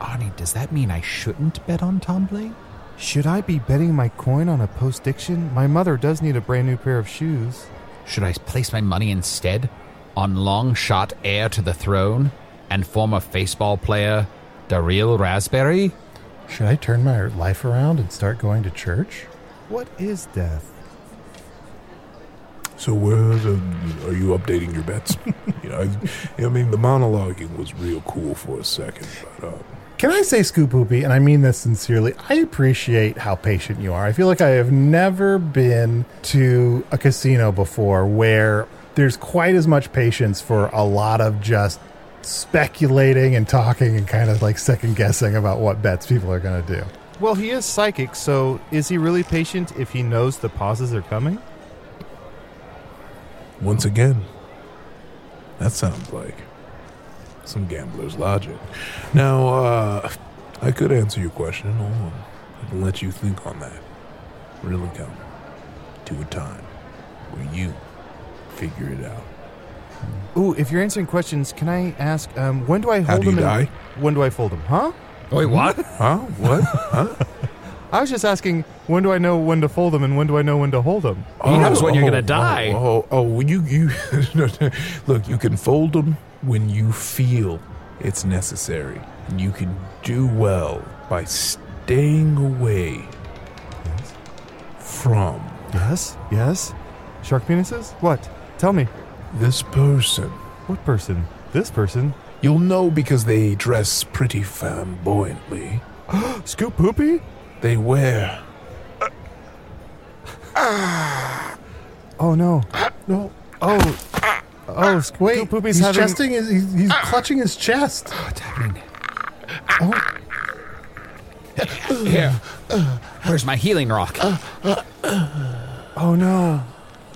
[SPEAKER 4] Arnie, does that mean I shouldn't bet on Tom Blaine?
[SPEAKER 3] Should I be betting my coin on a postdiction? My mother does need a brand new pair of shoes.
[SPEAKER 4] Should I place my money instead on long shot heir to the throne and former baseball player Daryl Raspberry?
[SPEAKER 5] Should I turn my life around and start going to church?
[SPEAKER 3] What is death?
[SPEAKER 7] So where's the are you updating your bets? [laughs] you know, I, I mean, the monologuing was real cool for a second, but uh,
[SPEAKER 5] Can I say, Scoop Poopy, and I mean this sincerely, I appreciate how patient you are. I feel like I have never been to a casino before where there's quite as much patience for a lot of just speculating and talking and kind of like second guessing about what bets people are going to do.
[SPEAKER 3] Well, he is psychic, so is he really patient if he knows the pauses are coming?
[SPEAKER 7] once again, that sounds like some gambler's logic. Now, uh, I could answer your question, or I can let you think on that. Really come to a time where you figure it out.
[SPEAKER 3] Ooh, if you're answering questions, can I ask um, when do I hold
[SPEAKER 7] How do
[SPEAKER 3] him?
[SPEAKER 7] you
[SPEAKER 3] and-
[SPEAKER 7] die?
[SPEAKER 3] when do I fold him? Huh?
[SPEAKER 4] Wait, what?
[SPEAKER 7] Huh? What? huh?
[SPEAKER 3] I was just asking when do I know when to fold him and when do I know when to hold him?
[SPEAKER 4] He knows when you're gonna die.
[SPEAKER 7] Oh, oh, oh, you, you, [laughs] no, no. look, you can fold them when you feel it's necessary. And you can do well by staying away from
[SPEAKER 3] Yes, yes. Shark penises? What? Tell me.
[SPEAKER 7] this person.
[SPEAKER 3] What person? This person? [gasps]
[SPEAKER 7] You'll know because they dress pretty flamboyantly.
[SPEAKER 3] Scoop
[SPEAKER 5] [laughs]
[SPEAKER 3] Poopy?
[SPEAKER 7] They wear
[SPEAKER 3] Oh no. No. Oh. Oh, Scoop
[SPEAKER 5] Wait,
[SPEAKER 3] Poopy's
[SPEAKER 5] he's
[SPEAKER 3] having.
[SPEAKER 5] chesting. His, he's, he's clutching his chest.
[SPEAKER 4] [laughs] Here. Where's my healing rock?
[SPEAKER 3] Oh no.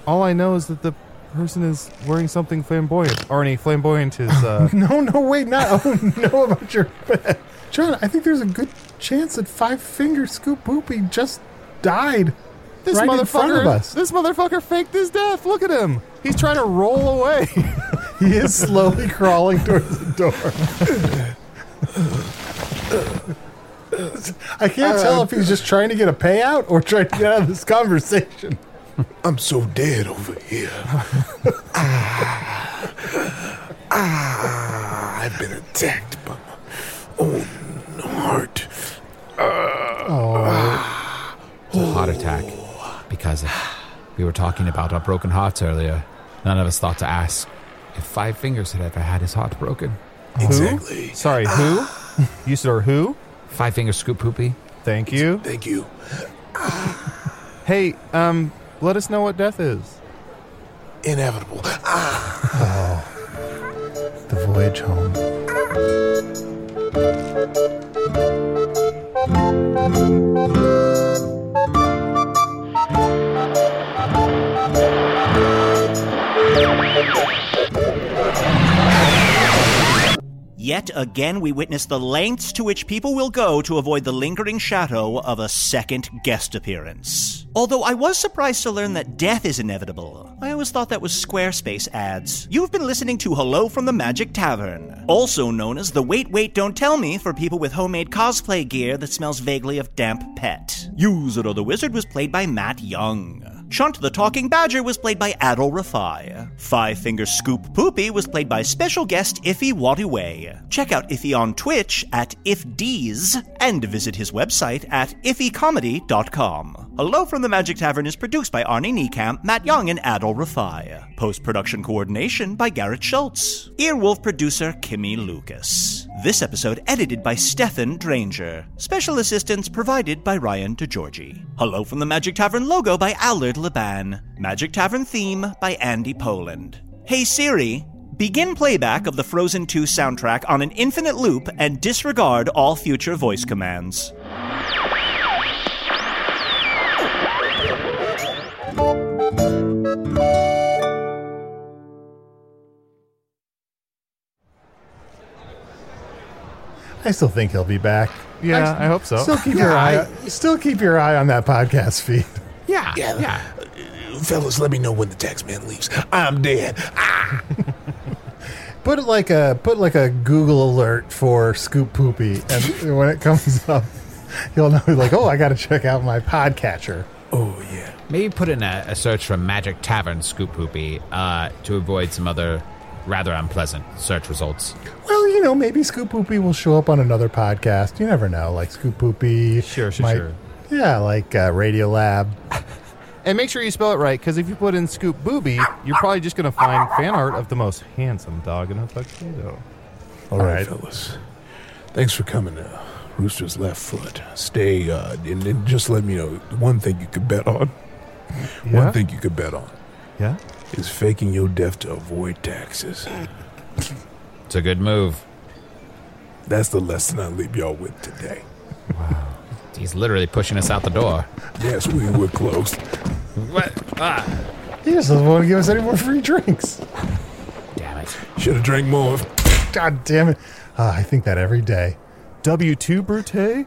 [SPEAKER 3] All I know is that the person is wearing something flamboyant. Arnie, flamboyant
[SPEAKER 5] [laughs]
[SPEAKER 3] is. Uh,
[SPEAKER 5] No, no, wait, not. Oh [laughs] no, about your bed, John. I think there's a good chance that Five Finger Scoop Boopy just died.
[SPEAKER 3] This
[SPEAKER 5] right
[SPEAKER 3] motherfucker,
[SPEAKER 5] in front of us.
[SPEAKER 3] this motherfucker faked his death. Look at him. He's trying to roll away.
[SPEAKER 5] [laughs] He is [laughs] slowly crawling towards the door. I can't tell if he's just trying to get a payout or trying to get out of this conversation.
[SPEAKER 7] I'm so dead over here. Ah. Ah, I've been attacked by my own heart.
[SPEAKER 4] a heart attack because if we were talking about our broken hearts earlier. None of us thought to ask if Five Fingers had ever had his heart broken.
[SPEAKER 7] Exactly.
[SPEAKER 3] Sorry,
[SPEAKER 5] [laughs]
[SPEAKER 3] who? you sir, who?
[SPEAKER 4] Five Fingers Scoop Poopy.
[SPEAKER 3] Thank you.
[SPEAKER 7] Thank you.
[SPEAKER 3] Hey, um, let us know what death is.
[SPEAKER 7] Inevitable. Ah.
[SPEAKER 5] The voyage home.
[SPEAKER 2] Yet again, we witness the lengths to which people will go to avoid the lingering shadow of a second guest appearance. Although I was surprised to learn that death is inevitable. I always thought that was Squarespace ads. You've been listening to Hello from the Magic Tavern, also known as the Wait Wait Don't Tell Me for people with homemade cosplay gear that smells vaguely of damp pet. User or the Wizard was played by Matt Young. Chunt the Talking Badger was played by Adol Rafai. Five Finger Scoop Poopy was played by special guest Iffy Wadiway. Check out Iffy on Twitch at IffDees and visit his website at iffycomedy.com. Hello from the Magic Tavern is produced by Arnie Niekamp, Matt Young, and Adol Rafai. Post production coordination by Garrett Schultz. Earwolf producer Kimmy Lucas. This episode edited by Stefan Dranger. Special assistance provided by Ryan DeGiorgi. Hello from the Magic Tavern logo by Allard Laban. Magic Tavern theme by Andy Poland. Hey Siri, begin playback of the Frozen 2 soundtrack on an infinite loop and disregard all future voice commands.
[SPEAKER 5] I still think he'll be back.
[SPEAKER 3] Yeah, I hope so.
[SPEAKER 5] Still keep your eye. Still keep your eye on that podcast feed.
[SPEAKER 4] Yeah.
[SPEAKER 7] Yeah. Fellas, let me know when the tax man leaves. I'm dead. Ah.
[SPEAKER 5] Put like a put like a Google alert for Scoop Poopy, and [laughs] when it comes up, you'll know. Like, oh, I got to check out my podcatcher.
[SPEAKER 7] Oh, yeah.
[SPEAKER 4] Maybe put in a, a search for Magic Tavern Scoop Poopy uh, to avoid some other rather unpleasant search results.
[SPEAKER 5] Well, you know, maybe Scoop Poopy will show up on another podcast. You never know. Like Scoop Poopy.
[SPEAKER 3] Sure, sure, sure.
[SPEAKER 5] Yeah, like uh, Radio Lab.
[SPEAKER 3] And make sure you spell it right, because if you put in Scoop Booby, you're probably just going to find fan art of the most handsome dog in a tuxedo.
[SPEAKER 7] All right, fellas. Thanks for coming to Rooster's Left Foot. Stay, uh, and, and just let me know one thing you could bet on.
[SPEAKER 3] Yeah?
[SPEAKER 7] One thing you could bet on
[SPEAKER 3] Yeah?
[SPEAKER 7] is faking your death to avoid taxes.
[SPEAKER 4] It's a good move.
[SPEAKER 7] That's the lesson I leave y'all with today.
[SPEAKER 4] He's literally pushing us out the door.
[SPEAKER 7] Yes, we were close.
[SPEAKER 4] What? Ah,
[SPEAKER 5] He just doesn't want to give us any more free drinks.
[SPEAKER 4] damn it.
[SPEAKER 7] Should have drank more.
[SPEAKER 5] God damn it. Ah, I think that every day.
[SPEAKER 3] W2 Brute?